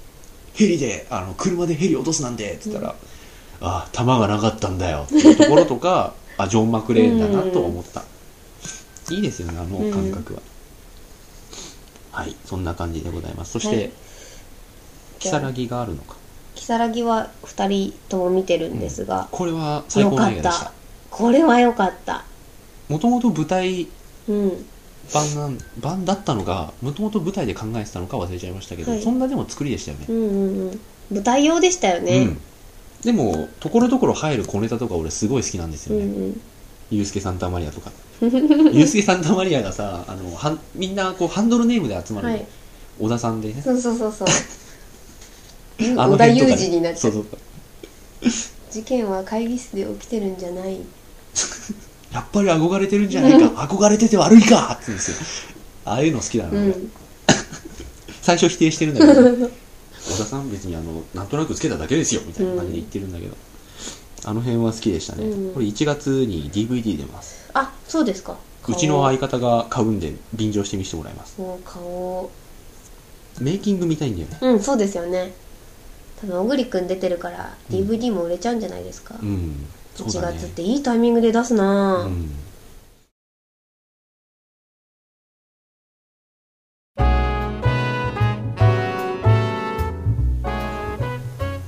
[SPEAKER 1] 「ヘリであの車でヘリ落とすなんて」っつったら「あ弾がなかったんだよ」っていうところとか あジョン・マクレーンだなと思った、いいですよねあの感覚は、はいそんな感じでございますそして、
[SPEAKER 2] はい
[SPEAKER 1] キサラギがあるのか
[SPEAKER 2] キサラギは二人とも見てるんですが。
[SPEAKER 1] これは最
[SPEAKER 2] よ
[SPEAKER 1] 高の
[SPEAKER 2] か
[SPEAKER 1] 映画
[SPEAKER 2] っ
[SPEAKER 1] でした
[SPEAKER 2] た。これは良かった。
[SPEAKER 1] もともと舞台
[SPEAKER 2] うん。
[SPEAKER 1] 版なん版だったのがもともと舞台で考えてたのか忘れちゃいましたけど、
[SPEAKER 2] はい
[SPEAKER 1] そんなでも作りでしたよね
[SPEAKER 2] う、んうんうん。舞台用でしたよ
[SPEAKER 1] う
[SPEAKER 2] ね
[SPEAKER 1] ん。でもところどころ入る小ネタとか俺すごい好きなんです
[SPEAKER 2] う
[SPEAKER 1] よ
[SPEAKER 2] ん
[SPEAKER 1] ね、
[SPEAKER 2] うん。
[SPEAKER 1] ユースケ・サンタマリアとか ユースケ・サンタマリアがさあのはんみんなこうハンドルネームで集まる、
[SPEAKER 2] はい。
[SPEAKER 1] 小田さんでね
[SPEAKER 2] そうそうそうそう。
[SPEAKER 1] あ
[SPEAKER 2] 織
[SPEAKER 1] の
[SPEAKER 2] 田
[SPEAKER 1] 辺と
[SPEAKER 2] 裕
[SPEAKER 1] かね
[SPEAKER 2] 二になっち
[SPEAKER 1] そ
[SPEAKER 2] ゃ
[SPEAKER 1] う
[SPEAKER 2] う。
[SPEAKER 1] そう
[SPEAKER 2] 事件は会議室で起きてるんじゃない。
[SPEAKER 1] やっぱり憧れてるんじゃないか 憧れてて悪いかって言うんですよああいうの好きだな、
[SPEAKER 2] う
[SPEAKER 1] 俺
[SPEAKER 2] ん。
[SPEAKER 1] 最初否定してるんだけど 小田さん別にあのなんとなくつけただけですよみたいな感じで言ってるんだけど、あの辺は好きでしたね、
[SPEAKER 2] うん
[SPEAKER 1] これ1月に DVD 出ます
[SPEAKER 2] あ、そうですか。
[SPEAKER 1] うちの相方が買うんで便乗して見せてもらいます
[SPEAKER 2] もう顔を。
[SPEAKER 1] メイキング見たいんだよね
[SPEAKER 2] うん、そうですよね。多分小栗くん出てるから、
[SPEAKER 1] うん
[SPEAKER 2] DVD も売れちゃうんじゃないですか。
[SPEAKER 1] うんそう
[SPEAKER 2] 1
[SPEAKER 1] だね
[SPEAKER 2] 月っていいタイミングで出すな
[SPEAKER 1] う
[SPEAKER 2] ぁ、
[SPEAKER 1] ん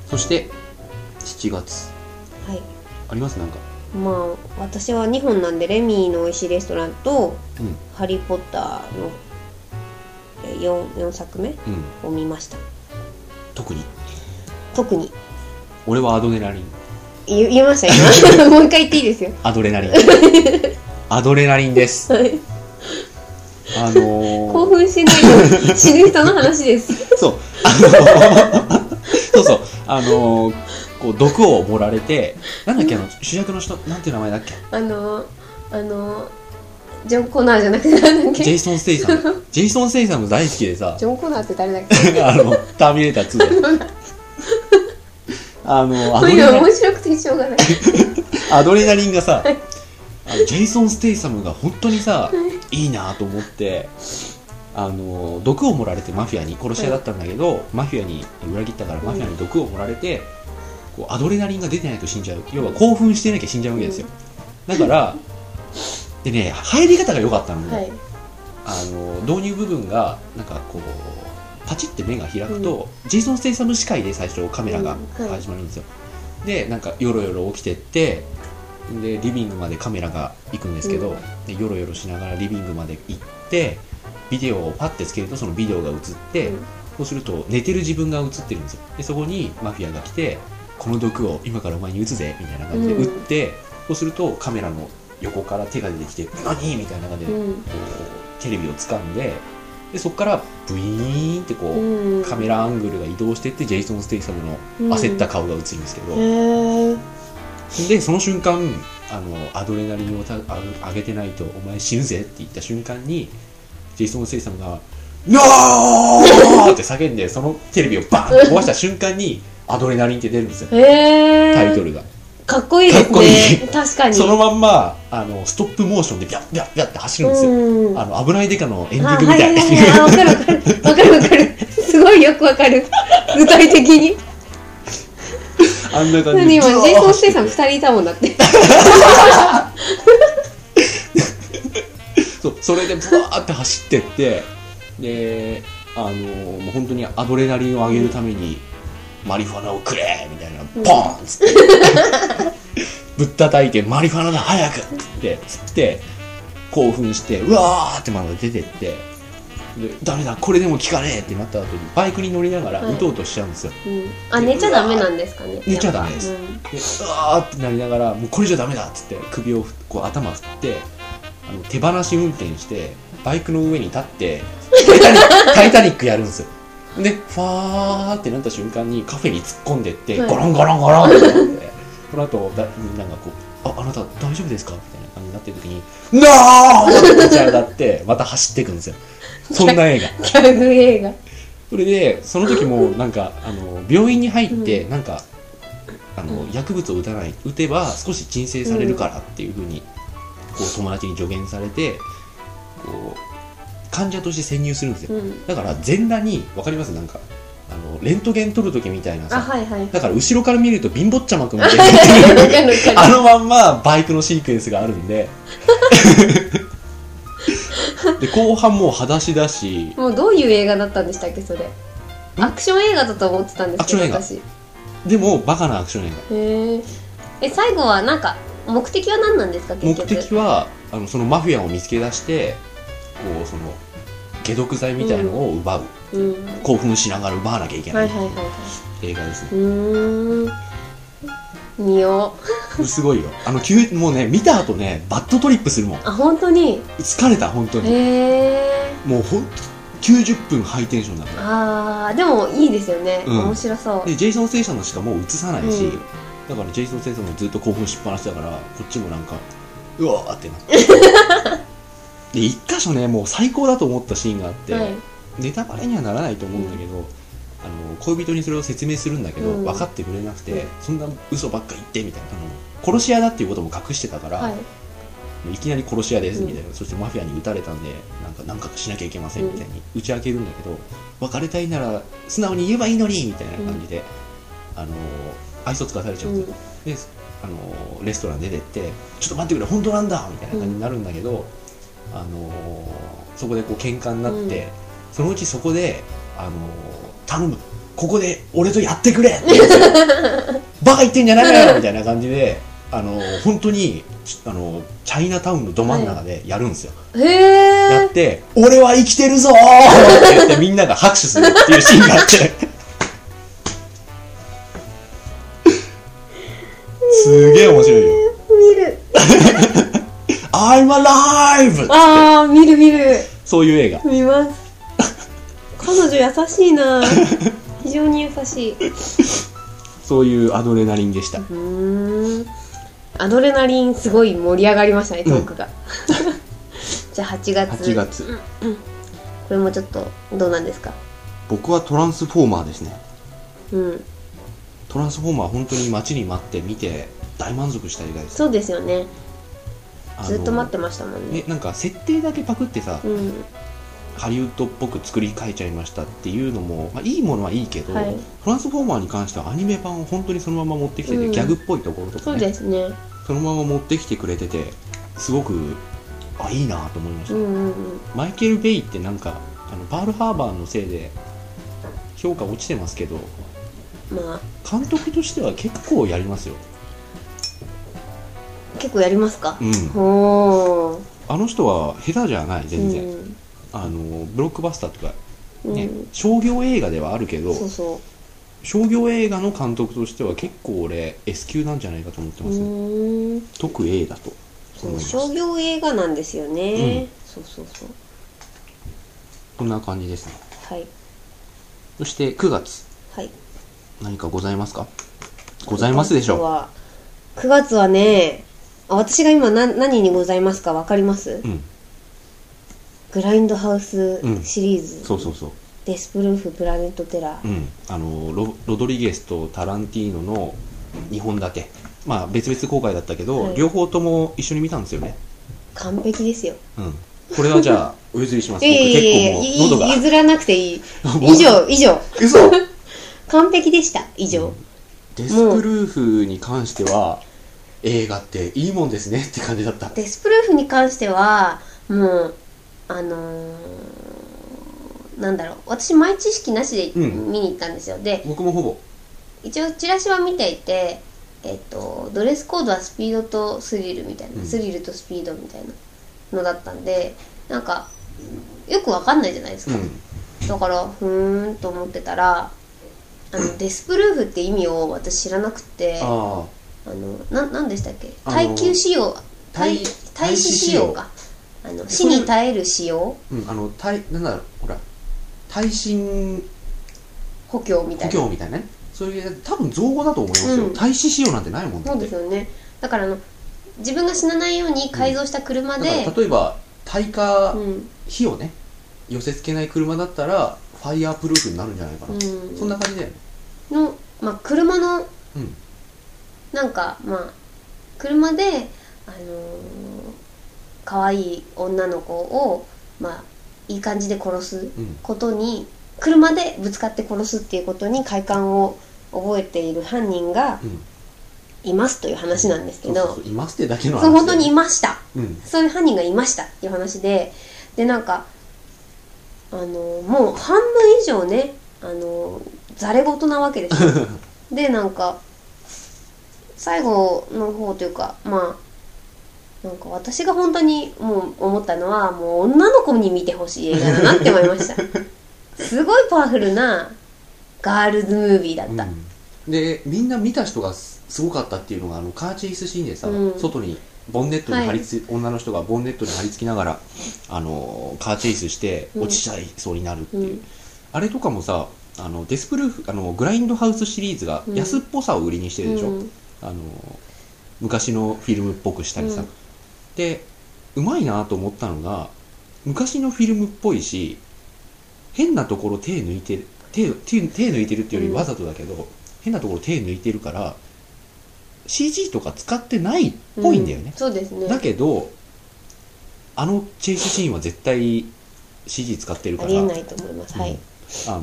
[SPEAKER 1] そして7月
[SPEAKER 2] はい。
[SPEAKER 1] ありますなんか
[SPEAKER 2] まあ、私は2本なんで、レミーの美味しいレストランと、
[SPEAKER 1] うん
[SPEAKER 2] ハリー・ポッターの 4, 4作目
[SPEAKER 1] うん
[SPEAKER 2] を見ました。
[SPEAKER 1] 特に
[SPEAKER 2] 特に。
[SPEAKER 1] 俺はアドレナリン
[SPEAKER 2] 言言えました 今もう一回言っていいですよ。
[SPEAKER 1] アドレ ナリンアドレナリンです
[SPEAKER 2] はい
[SPEAKER 1] あの
[SPEAKER 2] 興
[SPEAKER 1] ー、
[SPEAKER 2] 奮してないと死ぬ人の話です。
[SPEAKER 1] そうあのー そそうそう。あのーこう、毒を盛られて、なんだっけ、あの、主役の人、なんていう名前だっけ
[SPEAKER 2] あのあのジョン・コナーじゃなくてなんだっけ
[SPEAKER 1] ジェイ
[SPEAKER 2] ジ
[SPEAKER 1] ソン・ステイサ ム。ジェイソン・ステイサム大好きでさ、
[SPEAKER 2] ョン・コナーって誰だっけ
[SPEAKER 1] あの、ターミネーター2で。 あの、アド
[SPEAKER 2] こう
[SPEAKER 1] レ
[SPEAKER 2] い
[SPEAKER 1] ナ
[SPEAKER 2] うの
[SPEAKER 1] リン
[SPEAKER 2] 面白くてしょうがない
[SPEAKER 1] アドレナリンがさ、あのジェイソン・ステイサムが本当にさ、いいなと思って、あの、毒を盛られてマフィアに、殺し屋だったんだけど、マフィアに裏切ったからマフィアに毒を盛られて、こうアドレナリンが出てないと死んじゃう。要は興奮してなきゃ死んじゃうわけですよ。だから、でね、入り方が良かったのね。
[SPEAKER 2] はい
[SPEAKER 1] あの導入部分がなんかこうパチって目が開くと、ジェイソン・ステイサム視界で最初カメラが
[SPEAKER 2] うんはい
[SPEAKER 1] 始まるんですよ、でなんかよろよろ起きてってでリビングまでカメラが行くんですけど、
[SPEAKER 2] うん
[SPEAKER 1] でよろよろしながらリビングまで行ってビデオをパッてつけるとそのビデオが映って、
[SPEAKER 2] うん
[SPEAKER 1] そうすると寝てる自分が映ってるんですよでそこにマフィアが来てこの毒を今からお前に打つぜみたいな感じで打って、そうするとカメラの横から手が出てきて「何?」みたいな感じで
[SPEAKER 2] うん
[SPEAKER 1] こうテレビを掴んででそこからブイーンってこう、
[SPEAKER 2] うん
[SPEAKER 1] カメラアングルが移動してってジェイソン・ステイサムの焦った顔が映るんですけど、
[SPEAKER 2] へえ
[SPEAKER 1] でその瞬間あのアドレナリンをたあ上げてないとお前死ぬぜって言った瞬間にジェイソン・ステイサムが「ノー!」って叫んでそのテレビをバーンって壊した瞬間にアドレナリンって出るんですよ
[SPEAKER 2] へえ
[SPEAKER 1] タイトルが。
[SPEAKER 2] かっこいいです
[SPEAKER 1] かっこいい
[SPEAKER 2] ね確かに
[SPEAKER 1] そのまんまあのストップモーションでビャッビャッビャッって走るんですよ。
[SPEAKER 2] うん
[SPEAKER 1] あの危ないデカのエンディ
[SPEAKER 2] あ、
[SPEAKER 1] ングみ
[SPEAKER 2] は
[SPEAKER 1] たい
[SPEAKER 2] い
[SPEAKER 1] な。
[SPEAKER 2] はいはい、あ、わかるわかる。わかるわかる。すごいよくわかる。具体的に。
[SPEAKER 1] あんな感じ
[SPEAKER 2] 何
[SPEAKER 1] で
[SPEAKER 2] 今、ジェイソン・ステイさん二人いたもんだって。
[SPEAKER 1] そうそれでブワーって走ってってであのーもう本当にアドレナリンを上げるためにマリファナをくれみたいなポーンっ つってぶったたいてマリファナだ早くっつってつって興奮してうわーってまだ出てってでダメだこれでも効かねえってなった後にバイクに乗りながら
[SPEAKER 2] はい
[SPEAKER 1] 打とうとしちゃうんですよ、
[SPEAKER 2] うんあ、寝ちゃダメなんですかね。
[SPEAKER 1] 寝ちゃダメです
[SPEAKER 2] やっぱ
[SPEAKER 1] でうわーってなりながらもうこれじゃダメだっつって首をふこう頭振ってあの手放し運転してバイクの上に立ってタイタニックタイタニックやるんですよでファーってなった瞬間にカフェに突っ込んでって、
[SPEAKER 2] はい
[SPEAKER 1] ゴロンゴロンゴロンってなってこの後だみんながこう「ああなた大丈夫ですか?」みたいな感じになってる時に「ノー!」って立ち上がってまた走っていくんですよそんな映画
[SPEAKER 2] うんギャグ映画。
[SPEAKER 1] それでその時 もなんかあの病院に入ってなんか、あの
[SPEAKER 2] う
[SPEAKER 1] 薬物を打たない打てば少し鎮静されるからっていうふうにこう友達に助言されてこう患者として潜入するんですよ
[SPEAKER 2] うん。
[SPEAKER 1] だから全裸にわかりますなんかあのレントゲン撮る時みたいな
[SPEAKER 2] あ、
[SPEAKER 1] さ
[SPEAKER 2] はいはい。
[SPEAKER 1] だから後ろから見ると貧乏ちゃまくん
[SPEAKER 2] わ
[SPEAKER 1] み
[SPEAKER 2] か
[SPEAKER 1] たい
[SPEAKER 2] る
[SPEAKER 1] な
[SPEAKER 2] わかるわ か
[SPEAKER 1] あ
[SPEAKER 2] る。
[SPEAKER 1] のまんまバイクのシークエンスがあるん でで後半もう裸足だし
[SPEAKER 2] もうどういう映画だったんでしたっけ、それ。アクション映画だと思ってたんですけど、
[SPEAKER 1] アク
[SPEAKER 2] 私。へ
[SPEAKER 1] でもバカなアクション映画
[SPEAKER 2] え。え、最後はなんか、目的は何なんですか、
[SPEAKER 1] 目
[SPEAKER 2] 結局。
[SPEAKER 1] 的はあのそのマフィアを見つけ出してこうその解毒剤みたいのを奪う、
[SPEAKER 2] うん。
[SPEAKER 1] 興奮しながら奪わなきゃいけ
[SPEAKER 2] は
[SPEAKER 1] ない
[SPEAKER 2] はい
[SPEAKER 1] い
[SPEAKER 2] はいはい。
[SPEAKER 1] 映画ですね
[SPEAKER 2] う、ーん。見よう。
[SPEAKER 1] すごいよあの急もうね見た後ねバッドトリップするもん
[SPEAKER 2] あ、本当に。
[SPEAKER 1] 疲れた本当に
[SPEAKER 2] へえ。
[SPEAKER 1] もうほんと90分ハイテンションだった
[SPEAKER 2] あー、でもいいですよね。
[SPEAKER 1] うん
[SPEAKER 2] 面白そう。
[SPEAKER 1] でジェイソン・ステイサムしかもう映さないし、
[SPEAKER 2] うん
[SPEAKER 1] だからジェイソン・ステイサムもずっと興奮しっぱなしだからこっちもなんかうわーってなって で一箇所ねもう最高だと思ったシーンがあって、
[SPEAKER 2] はい。
[SPEAKER 1] ネタバレにはならないと思うんだけど、あの恋人にそれを説明するんだけど、
[SPEAKER 2] うん
[SPEAKER 1] 分かってくれなくて、
[SPEAKER 2] うん
[SPEAKER 1] そんな嘘ばっか言ってみたいなあの殺し屋だっていうことも隠してたから、
[SPEAKER 2] はい
[SPEAKER 1] も。ういきなり殺し屋ですみたいな、そしてマフィアに撃たれたんでなんかなんかしなきゃいけませんみたいに打ち明けるんだけど、別れたいなら素直に言えばいいのにみたいな感じで、あの愛想つかされちゃうんですよ、であのレストラン出てって「ちょっと待ってくれ本当なんだ!」みたいな感じになるんだけど、あのそこでこう喧嘩になって、
[SPEAKER 2] うん
[SPEAKER 1] そのうちそこで「あの頼むここで俺とやってくれ!」って言うんですよ バカ言ってんじゃないよみたいな感じで、あの本当に、ちあのチャイナタウンのど真ん中でやるんですよ、
[SPEAKER 2] へ
[SPEAKER 1] やっ
[SPEAKER 2] え。
[SPEAKER 1] て「俺は生きてるぞ!」って言って みんなが拍手するっていうシーンがあってすげえ面白いよ
[SPEAKER 2] 見る。
[SPEAKER 1] 「I'm alive!」
[SPEAKER 2] あー、見る見る。
[SPEAKER 1] そういう映画
[SPEAKER 2] 見ます。彼女優しいな。非常に優しい。う
[SPEAKER 1] そういうアドレナリンでした。
[SPEAKER 2] ーん。アドレナリンすごい盛り上がりましたね、トークが。 じゃあ8月。
[SPEAKER 1] 8月
[SPEAKER 2] うん。うんこれもちょっと、どうなんですか
[SPEAKER 1] 僕はトランスフォーマーですね。
[SPEAKER 2] うん。
[SPEAKER 1] トランスフォーマー本当に待ちに待って見て大満足した映画です。
[SPEAKER 2] そうですよね。
[SPEAKER 1] あの
[SPEAKER 2] ずっと待ってましたもんね。
[SPEAKER 1] え、なんか設定だけパクってさ、
[SPEAKER 2] うん。
[SPEAKER 1] ハリウッドっぽく作り変えちゃいましたっていうのも、まあ、いいものはいいけど、
[SPEAKER 2] はい
[SPEAKER 1] トランスフォーマーに関してはアニメ版を本当にそのまま持ってきてて、
[SPEAKER 2] うん
[SPEAKER 1] ギャグっぽいところと
[SPEAKER 2] そ
[SPEAKER 1] か
[SPEAKER 2] う
[SPEAKER 1] ね
[SPEAKER 2] ですね。
[SPEAKER 1] そのまま持ってきてくれててすごくあいいなと思いまし
[SPEAKER 2] う
[SPEAKER 1] た、
[SPEAKER 2] んうんうん。
[SPEAKER 1] マイケル・ベイってなんかあのパールハーバーのせいで評価落ちてますけど
[SPEAKER 2] まあ、
[SPEAKER 1] 監督としては結構やりますよ、
[SPEAKER 2] 結構やりますか
[SPEAKER 1] うん、
[SPEAKER 2] おー。
[SPEAKER 1] あの人は下手じゃない全然、
[SPEAKER 2] うん
[SPEAKER 1] あのブロックバスターとか、
[SPEAKER 2] うん
[SPEAKER 1] ね商業映画ではあるけど
[SPEAKER 2] そうそ
[SPEAKER 1] 商業映画の監督としては結構俺 S 級なんじゃないかと思って
[SPEAKER 2] う。う
[SPEAKER 1] ますね、
[SPEAKER 2] ーん。
[SPEAKER 1] 特 A だと
[SPEAKER 2] そ、
[SPEAKER 1] 思いうます
[SPEAKER 2] 商業映画なんですよ
[SPEAKER 1] う
[SPEAKER 2] ね。
[SPEAKER 1] ん
[SPEAKER 2] そうそうそう。
[SPEAKER 1] こんな感じですね
[SPEAKER 2] はい。
[SPEAKER 1] そして9月
[SPEAKER 2] はい。
[SPEAKER 1] 何かございますかございますでしょ
[SPEAKER 2] う。9月はね、あ私が今な何にございますかわかります、
[SPEAKER 1] ううん
[SPEAKER 2] グラインドハウス
[SPEAKER 1] うん
[SPEAKER 2] シリーズ。
[SPEAKER 1] そうそうそう
[SPEAKER 2] デスプルーフ、プラネットテラー。
[SPEAKER 1] うんあのロロドリゲスとタランティーノの2本立てまあ別々公開だったけど、
[SPEAKER 2] はい
[SPEAKER 1] 両方とも一緒に見たんですよね
[SPEAKER 2] 完璧ですよ。
[SPEAKER 1] うんこれはじゃあお譲りします僕
[SPEAKER 2] い
[SPEAKER 1] 結
[SPEAKER 2] やいやいや
[SPEAKER 1] 構
[SPEAKER 2] いや
[SPEAKER 1] もう喉が
[SPEAKER 2] い譲らなくていい。
[SPEAKER 1] もう
[SPEAKER 2] 以上、以上。
[SPEAKER 1] 嘘
[SPEAKER 2] 完璧でした。以上。
[SPEAKER 1] デスプルーフに関しては映画っていいもんですねって感じだった
[SPEAKER 2] デスプルーフに関してはもうあのーなんだろう私前知識なしで
[SPEAKER 1] うん
[SPEAKER 2] 見に行ったんですよ、で
[SPEAKER 1] 僕もほぼ
[SPEAKER 2] 一応チラシは見ていて、えっとドレスコードはスピードとスリルみたいな、
[SPEAKER 1] うん
[SPEAKER 2] スリルとスピードみたいなのだったんでなんかよくわかんないじゃないです
[SPEAKER 1] う
[SPEAKER 2] か、
[SPEAKER 1] ん
[SPEAKER 2] だからふーんと思ってたらあのデスプルーフって意味を私知らなくてあ
[SPEAKER 1] ああ
[SPEAKER 2] のななんでしたっけ
[SPEAKER 1] あの
[SPEAKER 2] 耐久仕様
[SPEAKER 1] 耐
[SPEAKER 2] 耐耐死仕様かあの死に耐える仕様
[SPEAKER 1] うん、あの、耐、なんだろう、ほら、耐震
[SPEAKER 2] 補強み
[SPEAKER 1] 補
[SPEAKER 2] たいな
[SPEAKER 1] 強みたいなね。そういう、多分造語だと思いますよ。
[SPEAKER 2] うん
[SPEAKER 1] 耐震仕様なんてないもんだ
[SPEAKER 2] そ
[SPEAKER 1] っ
[SPEAKER 2] うで
[SPEAKER 1] て。
[SPEAKER 2] すよねだからあの自分が死なないように改造した車
[SPEAKER 1] だ
[SPEAKER 2] で、
[SPEAKER 1] から、例えば、耐火
[SPEAKER 2] うん
[SPEAKER 1] 火をね、寄せ付けない車だったら、ファイヤープルーフになるんじゃないかな。
[SPEAKER 2] うん
[SPEAKER 1] そんな感じだよね。
[SPEAKER 2] の、まあ、車の
[SPEAKER 1] うん。
[SPEAKER 2] なんかまあ車であのー可愛い女の子をまあいい感じで殺す
[SPEAKER 1] うん。
[SPEAKER 2] ことに車でぶつかって殺すっていうことに快感を覚えている犯人が
[SPEAKER 1] うん。
[SPEAKER 2] いますという話なんですけ
[SPEAKER 1] そ
[SPEAKER 2] ど
[SPEAKER 1] うそうそう。いますってだけの話
[SPEAKER 2] そう本当に
[SPEAKER 1] だ
[SPEAKER 2] い
[SPEAKER 1] よね。
[SPEAKER 2] ました
[SPEAKER 1] うん。
[SPEAKER 2] そういう犯人がいましたっていう話ででなんかあのもう半分以上ねあのざれ言なわ けですよでなんか最後の方というかまあなんか私が本当にもう思ったのはもう女の子に見てほしい映画だなって思いました すごいパワフルなガールズムービーだった、
[SPEAKER 1] うんで、みんな見た人がすすごかったっていうのが、あの、カーチェイスシーンでさ、
[SPEAKER 2] うん
[SPEAKER 1] 外に、ボンネットに張り付、女の人がボンネットに張り付きながら、あの、カーチェイスして、
[SPEAKER 2] うん
[SPEAKER 1] 落ちちゃいそうになるって
[SPEAKER 2] う
[SPEAKER 1] いう。
[SPEAKER 2] ん
[SPEAKER 1] あれとかもさ、あのデスプルーフ、あのグラインドハウスシリーズが
[SPEAKER 2] うん
[SPEAKER 1] 安っぽさを売りにしてるでしょ、
[SPEAKER 2] うん
[SPEAKER 1] あの昔のフィルムっぽくしたりさ。
[SPEAKER 2] うん
[SPEAKER 1] で、うまいなと思ったのが、昔のフィルムっぽいし、変なところ手抜いてる、手手手抜いてるっていうより
[SPEAKER 2] うん
[SPEAKER 1] わざとだけど、変なところ手抜いてるから、CG とか使ってないっぽいんだよね
[SPEAKER 2] う。そうですね
[SPEAKER 1] だけど、あのチェイスシーンは絶対 CG 使ってるか
[SPEAKER 2] あ
[SPEAKER 1] ら。
[SPEAKER 2] りえないと思います、はい
[SPEAKER 1] あのー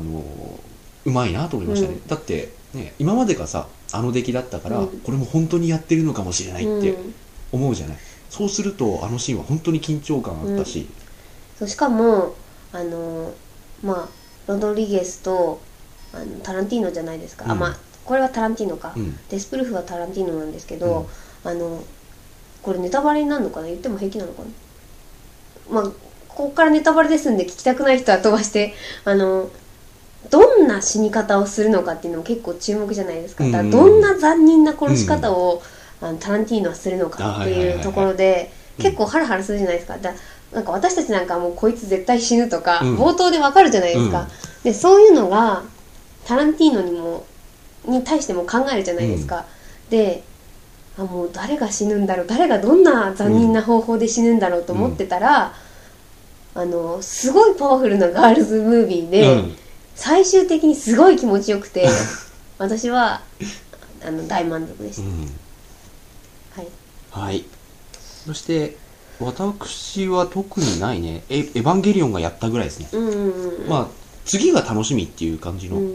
[SPEAKER 1] うまいなと思いましたね、
[SPEAKER 2] うん
[SPEAKER 1] だって、ね、今までがさあの出来だったから、
[SPEAKER 2] うん
[SPEAKER 1] これも本当にやってるのかもしれないって
[SPEAKER 2] うん
[SPEAKER 1] 思うじゃない、そうするとあのシーンは本当に緊張感あったし、
[SPEAKER 2] そうしかもあのまあロドリゲスとあのタランティーノじゃないですか、あ
[SPEAKER 1] うん
[SPEAKER 2] まあこれはタランティーノか、
[SPEAKER 1] うん
[SPEAKER 2] デスプルーフはタランティーノなんですけど、あのこれネタバレになるのかな言っても平気なのかなまあここからネタバレですんで聞きたくない人は飛ばしてあのどんな死に方をするのかっていうのも結構注目じゃないですか,、だからどんな残忍な殺し方を、あのタランティーノはするのかっ
[SPEAKER 1] あは
[SPEAKER 2] て
[SPEAKER 1] いはい
[SPEAKER 2] い
[SPEAKER 1] はいは
[SPEAKER 2] う
[SPEAKER 1] い
[SPEAKER 2] ところで
[SPEAKER 1] うん
[SPEAKER 2] 結構ハラハラするじゃないですかだなんか私たちなんかもうこいつ絶対死ぬとか、
[SPEAKER 1] うん
[SPEAKER 2] 冒頭でわかるじゃないですか、
[SPEAKER 1] うん
[SPEAKER 2] でそういうのがタランティーノにもに対しても考えるじゃないですか、であもう誰が死ぬんだろう誰がどんな残忍な方法で死ぬんだろうと思ってたら、あのすごいパワフルなガールズムービー
[SPEAKER 1] う
[SPEAKER 2] で、
[SPEAKER 1] ん
[SPEAKER 2] 最終的にすごい気持ちよく て私はあの大満足でし
[SPEAKER 1] う
[SPEAKER 2] た、
[SPEAKER 1] ん
[SPEAKER 2] は
[SPEAKER 1] は
[SPEAKER 2] い
[SPEAKER 1] い。そして、私は特にないね。えエヴァンゲリオンがやったぐらいですね。
[SPEAKER 2] うんうんうん、
[SPEAKER 1] まあ、次が楽しみっていう感じ
[SPEAKER 2] う
[SPEAKER 1] の
[SPEAKER 2] ん、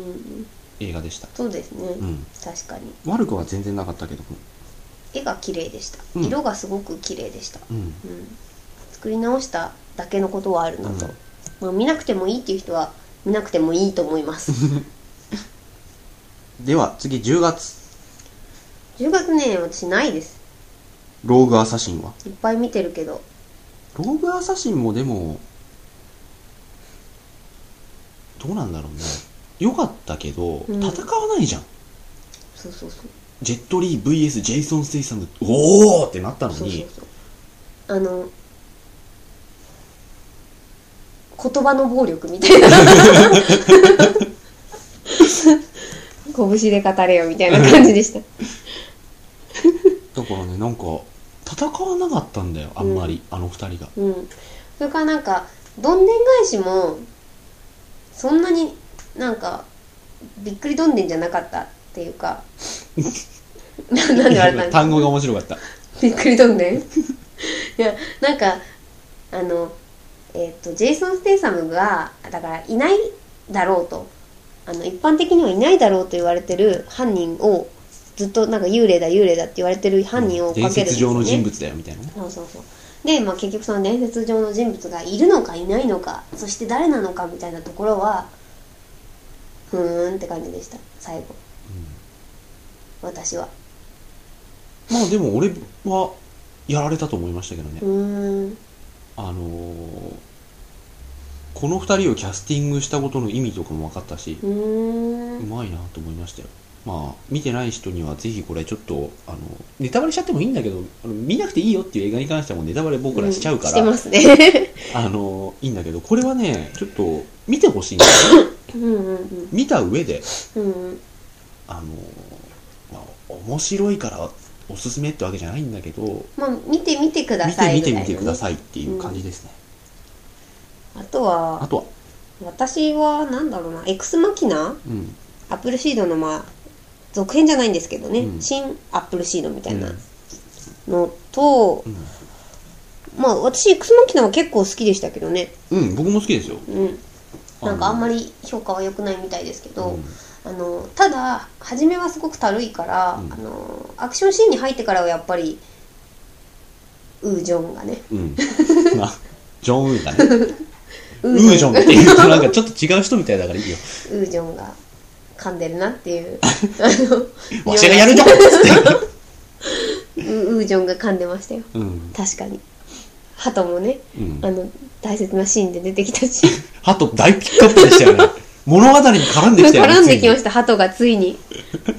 [SPEAKER 1] 映画でした。
[SPEAKER 2] そうですね、
[SPEAKER 1] うん。
[SPEAKER 2] 確かに
[SPEAKER 1] 悪くは全然なかったけど、
[SPEAKER 2] 絵が綺麗でした、
[SPEAKER 1] うん
[SPEAKER 2] 色がすごく綺麗でした、
[SPEAKER 1] うん。
[SPEAKER 2] うん、作り直しただけのことはあるなと、
[SPEAKER 1] うん
[SPEAKER 2] まあ、見なくてもいいっていう人は見なくてもいいと思います
[SPEAKER 1] では、次、10月。
[SPEAKER 2] 10月ね私ないです
[SPEAKER 1] ローグアサシンは。
[SPEAKER 2] いっぱい見てるけど
[SPEAKER 1] ローグアサシンもでも、どうなんだろうね。良かったけど、
[SPEAKER 2] うん
[SPEAKER 1] 戦わないじゃん。
[SPEAKER 2] そうそうそう
[SPEAKER 1] ジェットリー VS ジェイソン・スイサム、おーってなったの
[SPEAKER 2] そうそう
[SPEAKER 1] に、
[SPEAKER 2] そうあの言葉の暴力みた いな 拳で語れよみたいな感じでした
[SPEAKER 1] だからね、なんか、戦わなかったんだよ、あんまり、あの二人が。
[SPEAKER 2] うんそれからなんかどんでん返しもそんなになんかびっくりどんでんじゃなかったっていうかななんで笑ったんですか
[SPEAKER 1] 単語が面白かった。
[SPEAKER 2] びっくりどんでんいやなんかあのえっ、とジェイソン・ステイサムがだからいないだろうとあの一般的にはいないだろうと言われてる犯人をずっとなんか幽霊だ幽霊だって言われてる犯人を追っかけ
[SPEAKER 1] 伝
[SPEAKER 2] るんで
[SPEAKER 1] 説
[SPEAKER 2] すよ
[SPEAKER 1] 上の
[SPEAKER 2] ね
[SPEAKER 1] 人物だよ、みたいなね。
[SPEAKER 2] そうそうそうで、まあ、結局その伝説上の人物がいるのかいないのかそして誰なのかみたいなところはふーんって感じでした最後私は
[SPEAKER 1] まあでも俺は、やられたと思いましたけどね
[SPEAKER 2] う。ーん
[SPEAKER 1] あのー、この二人をキャスティングしたことの意味とかも分かったし
[SPEAKER 2] う、ー
[SPEAKER 1] うんまいなと思いましたよ。まあ、見てない人にはぜひこれちょっと、あの、ネタバレしちゃってもいいんだけど、あの見なくていいよっていう映画に関してはもうネタバレ僕らしちゃうから、
[SPEAKER 2] んしてますね
[SPEAKER 1] あの、いいんだけど、これはね、ちょっと見てほしいんだよね。
[SPEAKER 2] うんうんうん
[SPEAKER 1] 見た上で、
[SPEAKER 2] うんうん
[SPEAKER 1] あのーまあ、面白いからおすすめってわけじゃないんだけど、
[SPEAKER 2] まあ見てみてくだ
[SPEAKER 1] 見
[SPEAKER 2] さ
[SPEAKER 1] て見
[SPEAKER 2] いぐら
[SPEAKER 1] て
[SPEAKER 2] いの
[SPEAKER 1] 見
[SPEAKER 2] ね
[SPEAKER 1] てくださいっていう感じですね。
[SPEAKER 2] あと
[SPEAKER 1] あ
[SPEAKER 2] は
[SPEAKER 1] とは、
[SPEAKER 2] 私はなんだろうなエクスマキナ
[SPEAKER 1] うん、
[SPEAKER 2] アップルシードのまあ続編じゃないんですけどね、
[SPEAKER 1] うん
[SPEAKER 2] 新アップルシードみたいな
[SPEAKER 1] うん
[SPEAKER 2] のと、まあ私エクスマキナは結構好きでしたけどね
[SPEAKER 1] うん、僕も好きですよ。
[SPEAKER 2] うんなんかあんまり評価は良くないみたいですけど、あのただ初めはすごくたるいから、
[SPEAKER 1] うん
[SPEAKER 2] あのアクションシーンに入ってからはやっぱりウージョンがね
[SPEAKER 1] うん、うん。 まあ、ジョン・ウーだね。
[SPEAKER 2] ウ
[SPEAKER 1] ウージョン
[SPEAKER 2] ン
[SPEAKER 1] っていうとなんかちょっと違う人みたいだからいいよ。
[SPEAKER 2] ウージョンが噛んでるなって いうあの
[SPEAKER 1] わしがやるぞっつって。
[SPEAKER 2] ウウージョンが噛んでましたよ
[SPEAKER 1] うん。
[SPEAKER 2] 確かに鳩もね
[SPEAKER 1] うん
[SPEAKER 2] あ。の大切なシーンで出てきた し
[SPEAKER 1] ハト大ピックアップでしたよね。 物語に絡んできたよね。
[SPEAKER 2] 絡んできま
[SPEAKER 1] し
[SPEAKER 2] した鳩がついに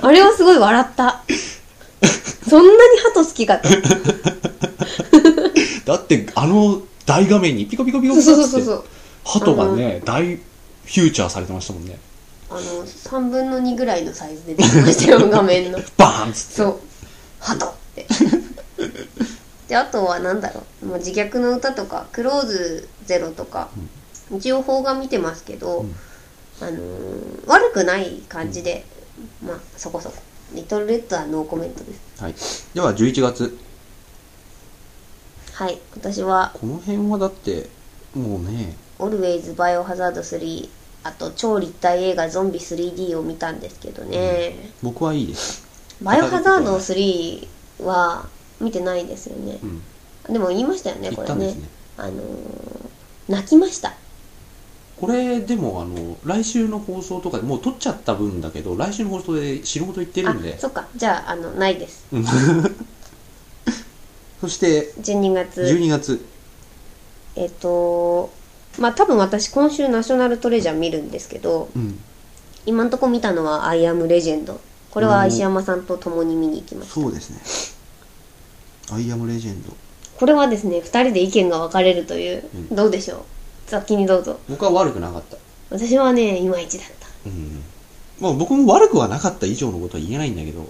[SPEAKER 2] あれはすごい 笑ったそんなに鳩好きかと
[SPEAKER 1] た。だって、あの大画面にピコピコピコ
[SPEAKER 2] そう
[SPEAKER 1] ピコ
[SPEAKER 2] そう
[SPEAKER 1] っつ
[SPEAKER 2] そう
[SPEAKER 1] って
[SPEAKER 2] そう。
[SPEAKER 1] ハトがね、大フューチャーされてましたもんね。
[SPEAKER 2] あの3分の2ぐらいのサイズで出てきました よ画面の
[SPEAKER 1] バーンっつって。
[SPEAKER 2] そう「ハト!」ってであとは何だろう、まあ、自虐の歌とか「クローズゼロ」とか、一応邦画見てますけど、
[SPEAKER 1] うん
[SPEAKER 2] あのー悪くない感じで、まあそこそこ「リトルレッド」はノーコメントです
[SPEAKER 1] はい。では、11月。
[SPEAKER 2] はい私は
[SPEAKER 1] この辺はだって、もうね、
[SPEAKER 2] 「オルウェイズ・バイオハザード3」あと超立体映画「ゾンビ 3D」を見たんですけどね、
[SPEAKER 1] 僕はいいです。
[SPEAKER 2] バイオハザード3は見てないですよね
[SPEAKER 1] う。ん。
[SPEAKER 2] でも言いましたよね、
[SPEAKER 1] 行
[SPEAKER 2] こ
[SPEAKER 1] っ
[SPEAKER 2] れ
[SPEAKER 1] たんで
[SPEAKER 2] ね
[SPEAKER 1] す。ね。
[SPEAKER 2] あのー泣きました。
[SPEAKER 1] これ、でも、あの、来週の放送とかでもう撮っちゃった分だけど、来週の放送で死ぬほど言ってる
[SPEAKER 2] あ
[SPEAKER 1] んで、。
[SPEAKER 2] そっか。じゃあ、あの、ないです。
[SPEAKER 1] うんそして、
[SPEAKER 2] 12月。
[SPEAKER 1] 12月。
[SPEAKER 2] えっ、とまあ多分私今週ナショナルトレジャー見るんですけど、
[SPEAKER 1] うん。
[SPEAKER 2] 今んとこ見たのはアイアムレジェンド。これは石山さんと共に見に行きました。
[SPEAKER 1] そうですね。アイアムレジェンド。
[SPEAKER 2] これはですね、二人で意見が分かれるという、
[SPEAKER 1] うん
[SPEAKER 2] どうでしょう。先にどうぞ。
[SPEAKER 1] 僕は悪くなかった。
[SPEAKER 2] 私はね、いまいちだった。
[SPEAKER 1] うん。まあ僕も悪くはなかった以上のことは言えないんだけど、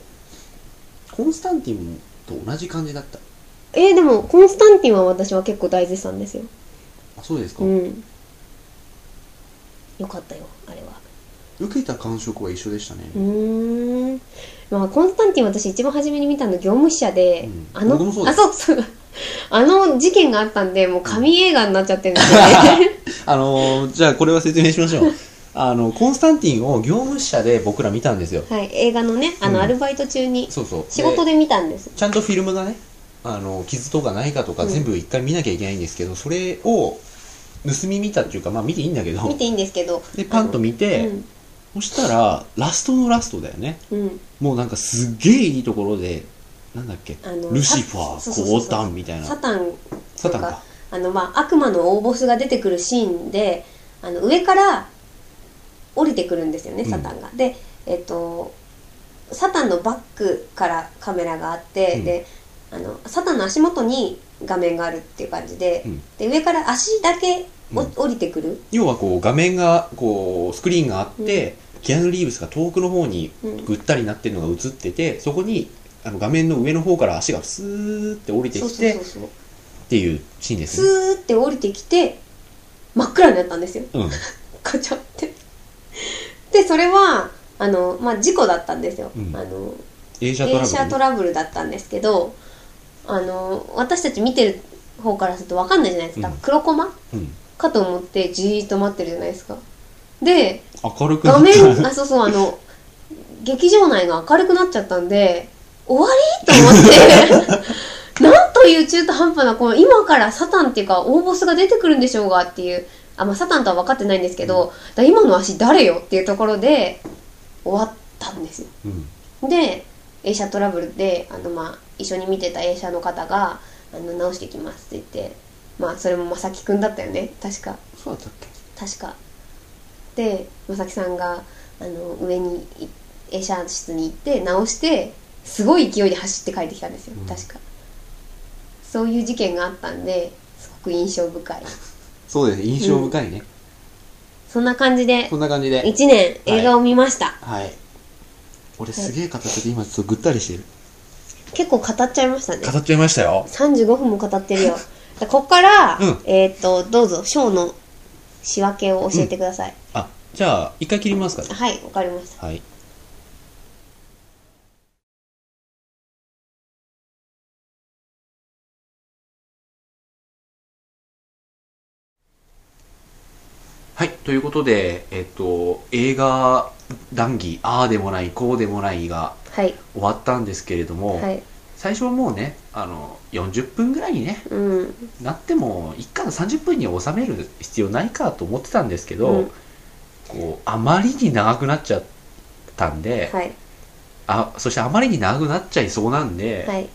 [SPEAKER 1] コンスタンティンと同じ感じだった。
[SPEAKER 2] えーでも、コンスタンティンは私は結構大絶賛ですよ。
[SPEAKER 1] あ、そうですか、
[SPEAKER 2] うん。よかったよ、あれは。
[SPEAKER 1] 受けた感触は一緒でしたね。
[SPEAKER 2] うーん。まあ、コンスタンティン私一番初めに見たの業務支社で、
[SPEAKER 1] うん
[SPEAKER 2] あの、
[SPEAKER 1] 僕もそうで
[SPEAKER 2] あ、
[SPEAKER 1] す
[SPEAKER 2] そうそう。 あの事件があったんで、もう神映画になっちゃってるんですよね。
[SPEAKER 1] あのーじゃあこれは説明しましょ う。あの、コンスタンティンを業務者で僕ら見たんですよ。
[SPEAKER 2] はい、映画のね、あの、
[SPEAKER 1] うん
[SPEAKER 2] アルバイト中に、
[SPEAKER 1] そうそう。
[SPEAKER 2] 仕事
[SPEAKER 1] で
[SPEAKER 2] で見たんです。
[SPEAKER 1] ちゃんとフィルムがね、あの、傷とかないかとか
[SPEAKER 2] うん
[SPEAKER 1] 全部一回見なきゃいけないんですけど、それを盗み見たっていうか、まあ見ていいんだけ
[SPEAKER 2] 見
[SPEAKER 1] ど、
[SPEAKER 2] ていいんですけど。
[SPEAKER 1] で、パンと見て、そしたら、ラストのラストだよね。
[SPEAKER 2] うん、うん。
[SPEAKER 1] もうなんかすっげえいいところで、なんだっけ、
[SPEAKER 2] あの、
[SPEAKER 1] ルシファ
[SPEAKER 2] サ
[SPEAKER 1] ー、コータンみたいな。
[SPEAKER 2] サタン
[SPEAKER 1] サタン
[SPEAKER 2] なん
[SPEAKER 1] か
[SPEAKER 2] か。あのまあ悪魔の大ボスが出てくるシーンであの上から降りてくるんですよね
[SPEAKER 1] うん
[SPEAKER 2] サタンが。でえっとサタンのバックからカメラがあって、
[SPEAKER 1] うん
[SPEAKER 2] であのサタンの足元に画面があるっていう感じで,、
[SPEAKER 1] うん
[SPEAKER 2] で上から足だけお、
[SPEAKER 1] うん
[SPEAKER 2] 降りてくる、
[SPEAKER 1] 要はこう画面が、こう、スクリーンがあって、キアヌ・リーブスが遠くの方に
[SPEAKER 2] うん
[SPEAKER 1] ぐったりなってるのが映ってて、そこに、あの画面の上の方から足がスーって降りて
[SPEAKER 2] そう
[SPEAKER 1] き
[SPEAKER 2] そう
[SPEAKER 1] て
[SPEAKER 2] そ
[SPEAKER 1] っ
[SPEAKER 2] うそう
[SPEAKER 1] ていうシーンですね。
[SPEAKER 2] スーって降りてきて真っ暗になったんですよ
[SPEAKER 1] うん。
[SPEAKER 2] ガチャって。でそれはあの、まあ、事故だったんですよ。
[SPEAKER 1] うん
[SPEAKER 2] あの
[SPEAKER 1] 映写ト
[SPEAKER 2] 映
[SPEAKER 1] ラ
[SPEAKER 2] 写
[SPEAKER 1] ブ
[SPEAKER 2] ト
[SPEAKER 1] ル。
[SPEAKER 2] ラブルだったんですけどあの私たち見てる方からすると分かんないじゃないですか、
[SPEAKER 1] うん
[SPEAKER 2] 黒コマ
[SPEAKER 1] うん。
[SPEAKER 2] かと思ってじーっと待ってるじゃないですか で
[SPEAKER 1] 明るくな
[SPEAKER 2] 画
[SPEAKER 1] っ
[SPEAKER 2] 面
[SPEAKER 1] た。
[SPEAKER 2] あそうそうあの劇場内が明るくなっちゃったんで終わりと思っ てなんという中途半端なこの今からサタンっていうか大ボスが出てくるんでしょうがっていうあ、まあ、サタンとは分かってないんですけど、だから今の足誰よっていうところで終わったんですよ
[SPEAKER 1] うん。
[SPEAKER 2] で映写トラブルであの、まあ、一緒に見てた映写の方が「あの直してきます」って言って、まあ、それもまさきくんだったよね確か
[SPEAKER 1] そうだったっけ
[SPEAKER 2] 確かでまさきさんがあの上にい映写室に行って直してすごい勢いで走って帰ってきたんですよ、
[SPEAKER 1] うん
[SPEAKER 2] 確かそういう事件があったんですごく印象深い
[SPEAKER 1] そうです。印象深いね。
[SPEAKER 2] そんな感じで
[SPEAKER 1] こんな感じで。
[SPEAKER 2] 1年映画を見ました、
[SPEAKER 1] はい。俺すげえ語っちゃって今ちょっとぐったりしてる。
[SPEAKER 2] 結構語っちゃいましたね
[SPEAKER 1] 語っちゃいましたよ。
[SPEAKER 2] 35分も語って るよ。でこっから、
[SPEAKER 1] うん
[SPEAKER 2] えーっと、どうぞ、ショーの仕分けを教えてください。
[SPEAKER 1] あ、じゃあ、一回切りますかね。
[SPEAKER 2] はい、わかりました。
[SPEAKER 1] はい。はい、ということで、えっと、映画談義、ああでもない、こうでもないが
[SPEAKER 2] はい、
[SPEAKER 1] 終わったんですけれども、
[SPEAKER 2] はい。
[SPEAKER 1] 最初はもうね、あの、40分ぐらいにね、
[SPEAKER 2] うん。
[SPEAKER 1] なっても、1から30分には収める必要ないかと思ってたんですけど、
[SPEAKER 2] うん
[SPEAKER 1] こう、あまりに長くなっちゃったんで、
[SPEAKER 2] はい、
[SPEAKER 1] あそしてあまりに長くなっちゃいそうなんで、
[SPEAKER 2] はい、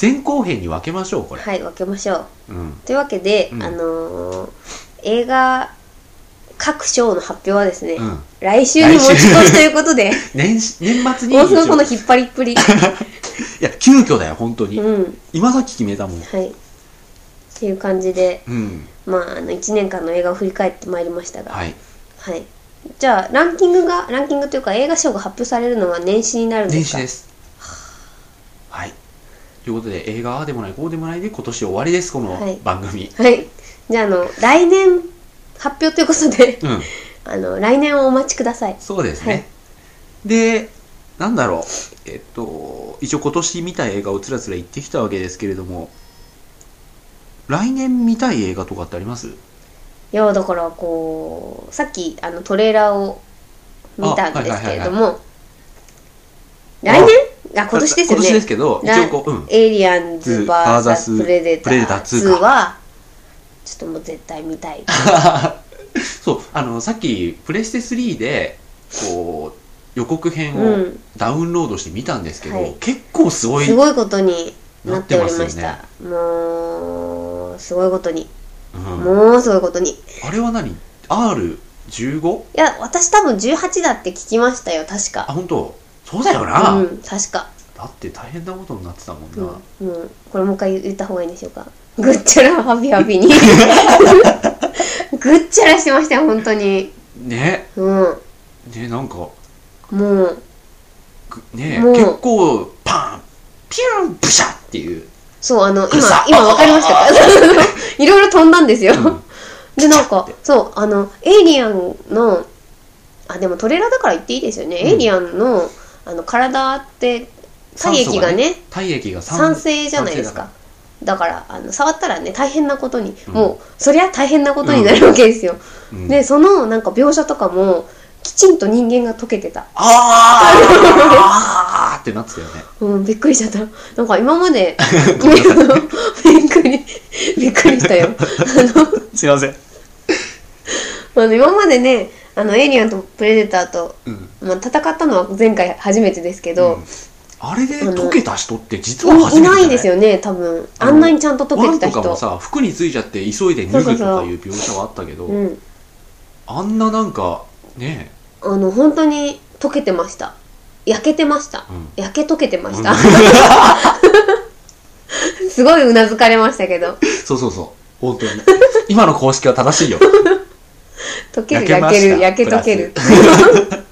[SPEAKER 1] 前後編に分けましょうこれ、
[SPEAKER 2] はい、分けましょ
[SPEAKER 1] う
[SPEAKER 2] う。
[SPEAKER 1] ん
[SPEAKER 2] というわけで、
[SPEAKER 1] うん
[SPEAKER 2] あのー映画、各ショーの発表はですね、
[SPEAKER 1] うん、
[SPEAKER 2] 来週に持ち越しということで、
[SPEAKER 1] 年始年 末に
[SPEAKER 2] 大のこの
[SPEAKER 1] い
[SPEAKER 2] 引っ張りっぷり。
[SPEAKER 1] や急遽だよ本当に、
[SPEAKER 2] うん。
[SPEAKER 1] 今さっき決めたもん
[SPEAKER 2] はい。っていう感じで、
[SPEAKER 1] うん
[SPEAKER 2] まあ、あの、1年間の映画を振り返ってまいりましたが、
[SPEAKER 1] はい
[SPEAKER 2] はい。じゃあランキングがランキングというか映画賞が発表されるのは年始になるんで
[SPEAKER 1] 年
[SPEAKER 2] す
[SPEAKER 1] 始
[SPEAKER 2] か。
[SPEAKER 1] ですはいということで映画ああでもないこうでもないで今年終わりですこ
[SPEAKER 2] は
[SPEAKER 1] の
[SPEAKER 2] い
[SPEAKER 1] 番組、
[SPEAKER 2] はい。じゃああの来年発表ということで
[SPEAKER 1] うん
[SPEAKER 2] あの来年をお待ちください。
[SPEAKER 1] そうです
[SPEAKER 2] はい
[SPEAKER 1] ね、でなんだろうえっと一応今年見たい映画をつらつら言ってきたわけですけれども来年見たい映画とかってあります
[SPEAKER 2] いやだからこうさっきあのトレーラーを見たんですけれども、
[SPEAKER 1] いはいはいはい
[SPEAKER 2] 来年あ今年ですよ
[SPEAKER 1] 今年で
[SPEAKER 2] ね
[SPEAKER 1] す。けど、
[SPEAKER 2] 来
[SPEAKER 1] 一応こう、うん。
[SPEAKER 2] エイリアンズバーザスプレデタ
[SPEAKER 1] プレデタ
[SPEAKER 2] ー
[SPEAKER 1] ー2
[SPEAKER 2] 2はちょっともう絶対見たい。
[SPEAKER 1] そう、あの、さっき、プレステ3で、こう、予告編
[SPEAKER 2] う
[SPEAKER 1] を
[SPEAKER 2] ん。
[SPEAKER 1] ダウンロードして見たんですけど、
[SPEAKER 2] はい
[SPEAKER 1] 結構すごい、
[SPEAKER 2] すごいことにな
[SPEAKER 1] な
[SPEAKER 2] っ
[SPEAKER 1] ってて
[SPEAKER 2] お
[SPEAKER 1] ま
[SPEAKER 2] り
[SPEAKER 1] すよ
[SPEAKER 2] ま
[SPEAKER 1] ね
[SPEAKER 2] した。もう、すごいことに。
[SPEAKER 1] うん、
[SPEAKER 2] もうすごいことに。い
[SPEAKER 1] あれは何 ?R15?
[SPEAKER 2] や、私多分18だって聞きましたよ、確
[SPEAKER 1] あ、
[SPEAKER 2] か。
[SPEAKER 1] 本当そうだよな、
[SPEAKER 2] うん、確か。
[SPEAKER 1] だって大変なことになってたもんな。
[SPEAKER 2] うん、うんこれもう一回言った方がいいんでしょうか。ぐっちゃらハピハ ピに。ぐっちゃらしてましたよ、本当に。
[SPEAKER 1] ね、
[SPEAKER 2] うん。
[SPEAKER 1] ね、なんか、
[SPEAKER 2] もう、
[SPEAKER 1] ね
[SPEAKER 2] もう
[SPEAKER 1] 結構パンピューンプシャッっていう
[SPEAKER 2] そう、あの、
[SPEAKER 1] う
[SPEAKER 2] 今
[SPEAKER 1] さ、
[SPEAKER 2] 今わかりまし たか いろいろ飛んだんですよ。
[SPEAKER 1] うん
[SPEAKER 2] で、なんか、そう、あの、エイリアンの、あ、でもトレーラーだから言っていいですよね。
[SPEAKER 1] うん
[SPEAKER 2] エイリアンの、あの、体って、体液がね、
[SPEAKER 1] 体液が酸
[SPEAKER 2] 酸性じゃないですか。だから、あの、触ったらね、大変なことに、
[SPEAKER 1] うん
[SPEAKER 2] もう、そりゃ大変なことになるわけですよ。
[SPEAKER 1] 酸性だからうん
[SPEAKER 2] で、その、なんか描写とかも、きちんと人間が溶けてた。
[SPEAKER 1] あーあーってなってたよね
[SPEAKER 2] うん、びっくりしちゃった。なんか今ま で、 びっくり、びっくりしたよ。あの、
[SPEAKER 1] すいません、
[SPEAKER 2] あの今までねあのエイリアンとプレデターと、
[SPEAKER 1] うん
[SPEAKER 2] まあ、戦ったのは前回初めてですけ
[SPEAKER 1] う
[SPEAKER 2] ど
[SPEAKER 1] ん、あれで
[SPEAKER 2] あの
[SPEAKER 1] 溶けた人って実はい初めて
[SPEAKER 2] い
[SPEAKER 1] じゃ
[SPEAKER 2] ないですよね多分あんなにちゃんと溶け
[SPEAKER 1] ワ
[SPEAKER 2] てた
[SPEAKER 1] ンとかも
[SPEAKER 2] 人
[SPEAKER 1] さ服についちゃって急いで脱ぐとかいう描写はあったけど
[SPEAKER 2] うん
[SPEAKER 1] あんななんかね
[SPEAKER 2] あの本当に溶けてました焼けてました
[SPEAKER 1] え、うん
[SPEAKER 2] 焼け溶けてました、 すごいうなずかれましたけど
[SPEAKER 1] そうそうそう本当に今の公式は正しいよ
[SPEAKER 2] 溶ける
[SPEAKER 1] 焼けま
[SPEAKER 2] 焼
[SPEAKER 1] し
[SPEAKER 2] け
[SPEAKER 1] た
[SPEAKER 2] る焼け溶ける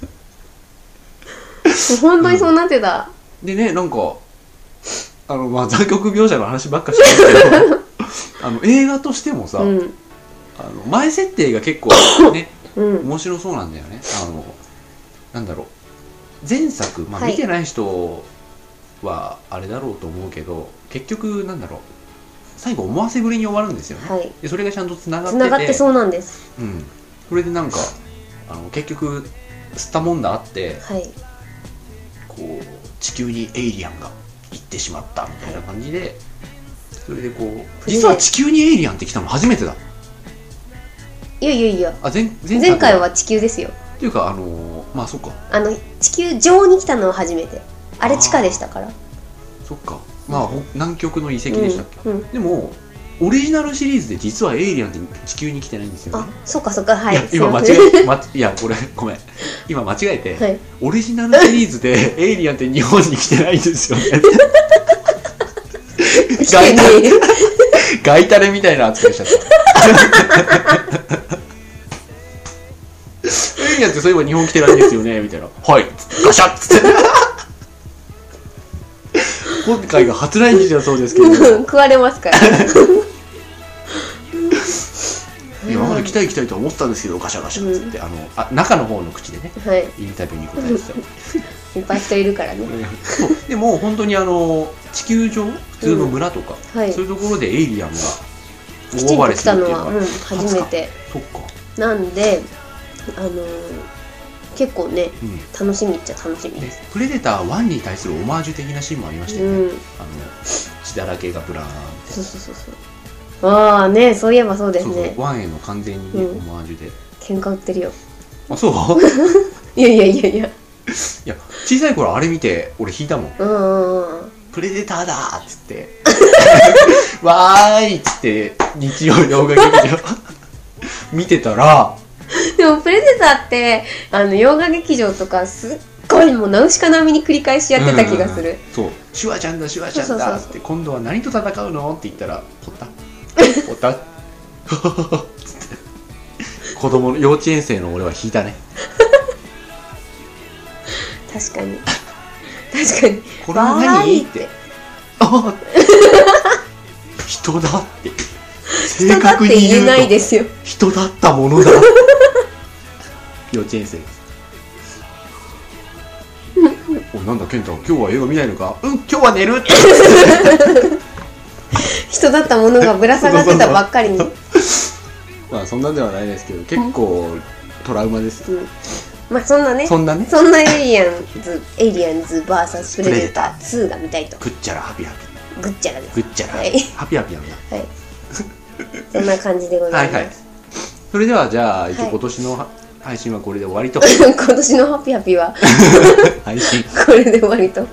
[SPEAKER 2] 本当にそうなってた、
[SPEAKER 1] でねなんかあのまあ残酷描写の話ばっかしてますけどあ の映画としてもさ、
[SPEAKER 2] うん
[SPEAKER 1] あの前設定が結構ね
[SPEAKER 2] うん
[SPEAKER 1] 面白そうなんだよねあのなんだろう前作、まあ、
[SPEAKER 2] はい
[SPEAKER 1] 見てない人はあれだろうと思うけど、結局なんだろう最後思わせぶりに終わるんですよね、
[SPEAKER 2] はい
[SPEAKER 1] でそれがちゃんとつながってて
[SPEAKER 2] つながってそうなんです
[SPEAKER 1] うん、それでなんかあの結局吸ったもんだあって
[SPEAKER 2] はい
[SPEAKER 1] こう地球にエイリアンが行ってしまったみたいな感じでそれでこう実は地球にエイリアンって来たの初めてだ
[SPEAKER 2] いやいやいや
[SPEAKER 1] あ前前作
[SPEAKER 2] 前回は地球ですよ
[SPEAKER 1] っていうかあのーまあそっか
[SPEAKER 2] あの地球上に来たのは初めてあれ地下でしたから
[SPEAKER 1] そっかまあほ南極の遺跡でしたっけ、
[SPEAKER 2] うんうん
[SPEAKER 1] でもオリジナルシリーズで実はエイリアンって地球に来てないんですよ
[SPEAKER 2] あ
[SPEAKER 1] ね
[SPEAKER 2] そっかそっかはい
[SPEAKER 1] いや今間違
[SPEAKER 2] え
[SPEAKER 1] え、ま、 いやこれごめん今間違えて、
[SPEAKER 2] はい
[SPEAKER 1] オリジナルシリーズでエイリアンって日本に来てないんですよね
[SPEAKER 2] 来てね
[SPEAKER 1] ガイタレみたいな扱いしちゃったエイリアンってそういえば日本来てないんですよねみたいな「はい」ガシャッつって今回が初来日だそうですけど
[SPEAKER 2] えうん 食われますから
[SPEAKER 1] 今まで来たい来たいと思ってたんですけどガシャガシャっつって、あのあ中の方の口でね
[SPEAKER 2] はい
[SPEAKER 1] インタビューに答えてた
[SPEAKER 2] いっぱい人いるからね
[SPEAKER 1] そうでも本当にあの地球上普通の村とか、
[SPEAKER 2] はい
[SPEAKER 1] そういうところでエイリアンが
[SPEAKER 2] き
[SPEAKER 1] 大
[SPEAKER 2] ちん
[SPEAKER 1] 暴
[SPEAKER 2] と
[SPEAKER 1] れ
[SPEAKER 2] 来
[SPEAKER 1] する
[SPEAKER 2] た
[SPEAKER 1] ってい
[SPEAKER 2] の
[SPEAKER 1] うの
[SPEAKER 2] は、
[SPEAKER 1] が
[SPEAKER 2] うん、初めて
[SPEAKER 1] そっか
[SPEAKER 2] なんであのー結構ね
[SPEAKER 1] うん
[SPEAKER 2] 楽しみっちゃ楽しみ
[SPEAKER 1] で
[SPEAKER 2] です
[SPEAKER 1] プレデター1に対するオマージュ的なシーンもありました
[SPEAKER 2] う
[SPEAKER 1] よね、
[SPEAKER 2] ん
[SPEAKER 1] あの血だらけがブラーンって
[SPEAKER 2] そうそうそうそうああねそういえばそうです
[SPEAKER 1] そうそう
[SPEAKER 2] ね
[SPEAKER 1] 1への完全にね、
[SPEAKER 2] うん
[SPEAKER 1] オマージュで
[SPEAKER 2] 喧嘩売ってるよ
[SPEAKER 1] あそう
[SPEAKER 2] いやいやいやいや
[SPEAKER 1] いや小さい頃あれ見て俺引いたもん
[SPEAKER 2] うんうんうん
[SPEAKER 1] プレデターだーっつって わーいっつって日曜洋画劇場 見てたら
[SPEAKER 2] でもプレデターってあの洋画劇場とかすっごいもうナウシカ並みに繰り返しやってた気がする、
[SPEAKER 1] そう「シュワちゃんだシュワちゃんだ」っ
[SPEAKER 2] そうそうそう
[SPEAKER 1] て「今度は何と戦うの?」って言ったら「ポタポタ」 つって 子供の幼稚園生の俺は引いたね
[SPEAKER 2] 確かに確かに
[SPEAKER 1] これは何
[SPEAKER 2] わーい
[SPEAKER 1] ってあ人だって
[SPEAKER 2] 人
[SPEAKER 1] 正
[SPEAKER 2] だっ
[SPEAKER 1] 確
[SPEAKER 2] て
[SPEAKER 1] に言う
[SPEAKER 2] 言え
[SPEAKER 1] と
[SPEAKER 2] ないですよ
[SPEAKER 1] 人だったものだ 幼稚園生ですおなんだ健太今日は映画見ないのかうん今日は寝るって
[SPEAKER 2] 人だったものがぶら下がってたばっか りに、うん、
[SPEAKER 1] まあそんなんではないですけど結構トラウマです
[SPEAKER 2] まあそんなね
[SPEAKER 1] そんなね
[SPEAKER 2] そんなエイリアンズエイリアンズ VS プレデター2が見たいと
[SPEAKER 1] ぐっちゃらハピハピ
[SPEAKER 2] ぐっちゃらです
[SPEAKER 1] ぐっちゃら、
[SPEAKER 2] はい
[SPEAKER 1] ハピハピなんだ
[SPEAKER 2] はいそんな感じでござ
[SPEAKER 1] はいい
[SPEAKER 2] ま
[SPEAKER 1] はい
[SPEAKER 2] す、
[SPEAKER 1] それではじゃあ一
[SPEAKER 2] は
[SPEAKER 1] 応
[SPEAKER 2] い
[SPEAKER 1] 今年のは配信はこれで終わりと
[SPEAKER 2] 今年のハッピーハッピーは
[SPEAKER 1] 配信
[SPEAKER 2] これで終わりと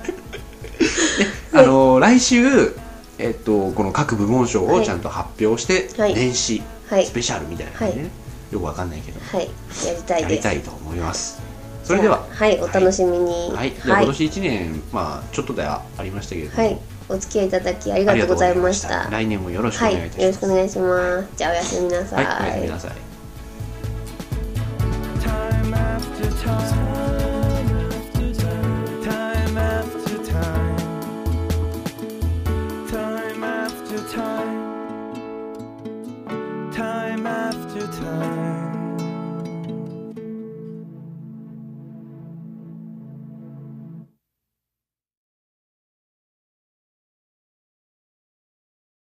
[SPEAKER 1] あのー来週えっとこの各部門賞をちゃんと発表して、
[SPEAKER 2] はい
[SPEAKER 1] 年始
[SPEAKER 2] はい
[SPEAKER 1] スペシャルみたいな感じでね、よくわかんないけど
[SPEAKER 2] はいやりたい
[SPEAKER 1] や
[SPEAKER 2] で
[SPEAKER 1] り
[SPEAKER 2] す
[SPEAKER 1] たいと思いますそれでは
[SPEAKER 2] はい、お楽しみに。
[SPEAKER 1] はい、では今年1年まあちょっとではありましたけれども、
[SPEAKER 2] はいお付き合いいただきありがとうございました。
[SPEAKER 1] ありがとうございま来年もよろしくお
[SPEAKER 2] は
[SPEAKER 1] 願
[SPEAKER 2] い、
[SPEAKER 1] い
[SPEAKER 2] よ
[SPEAKER 1] いたします、
[SPEAKER 2] ろしくお願いします。じゃあおやすみなさ
[SPEAKER 1] はいおやすみなさい
[SPEAKER 3] time after time.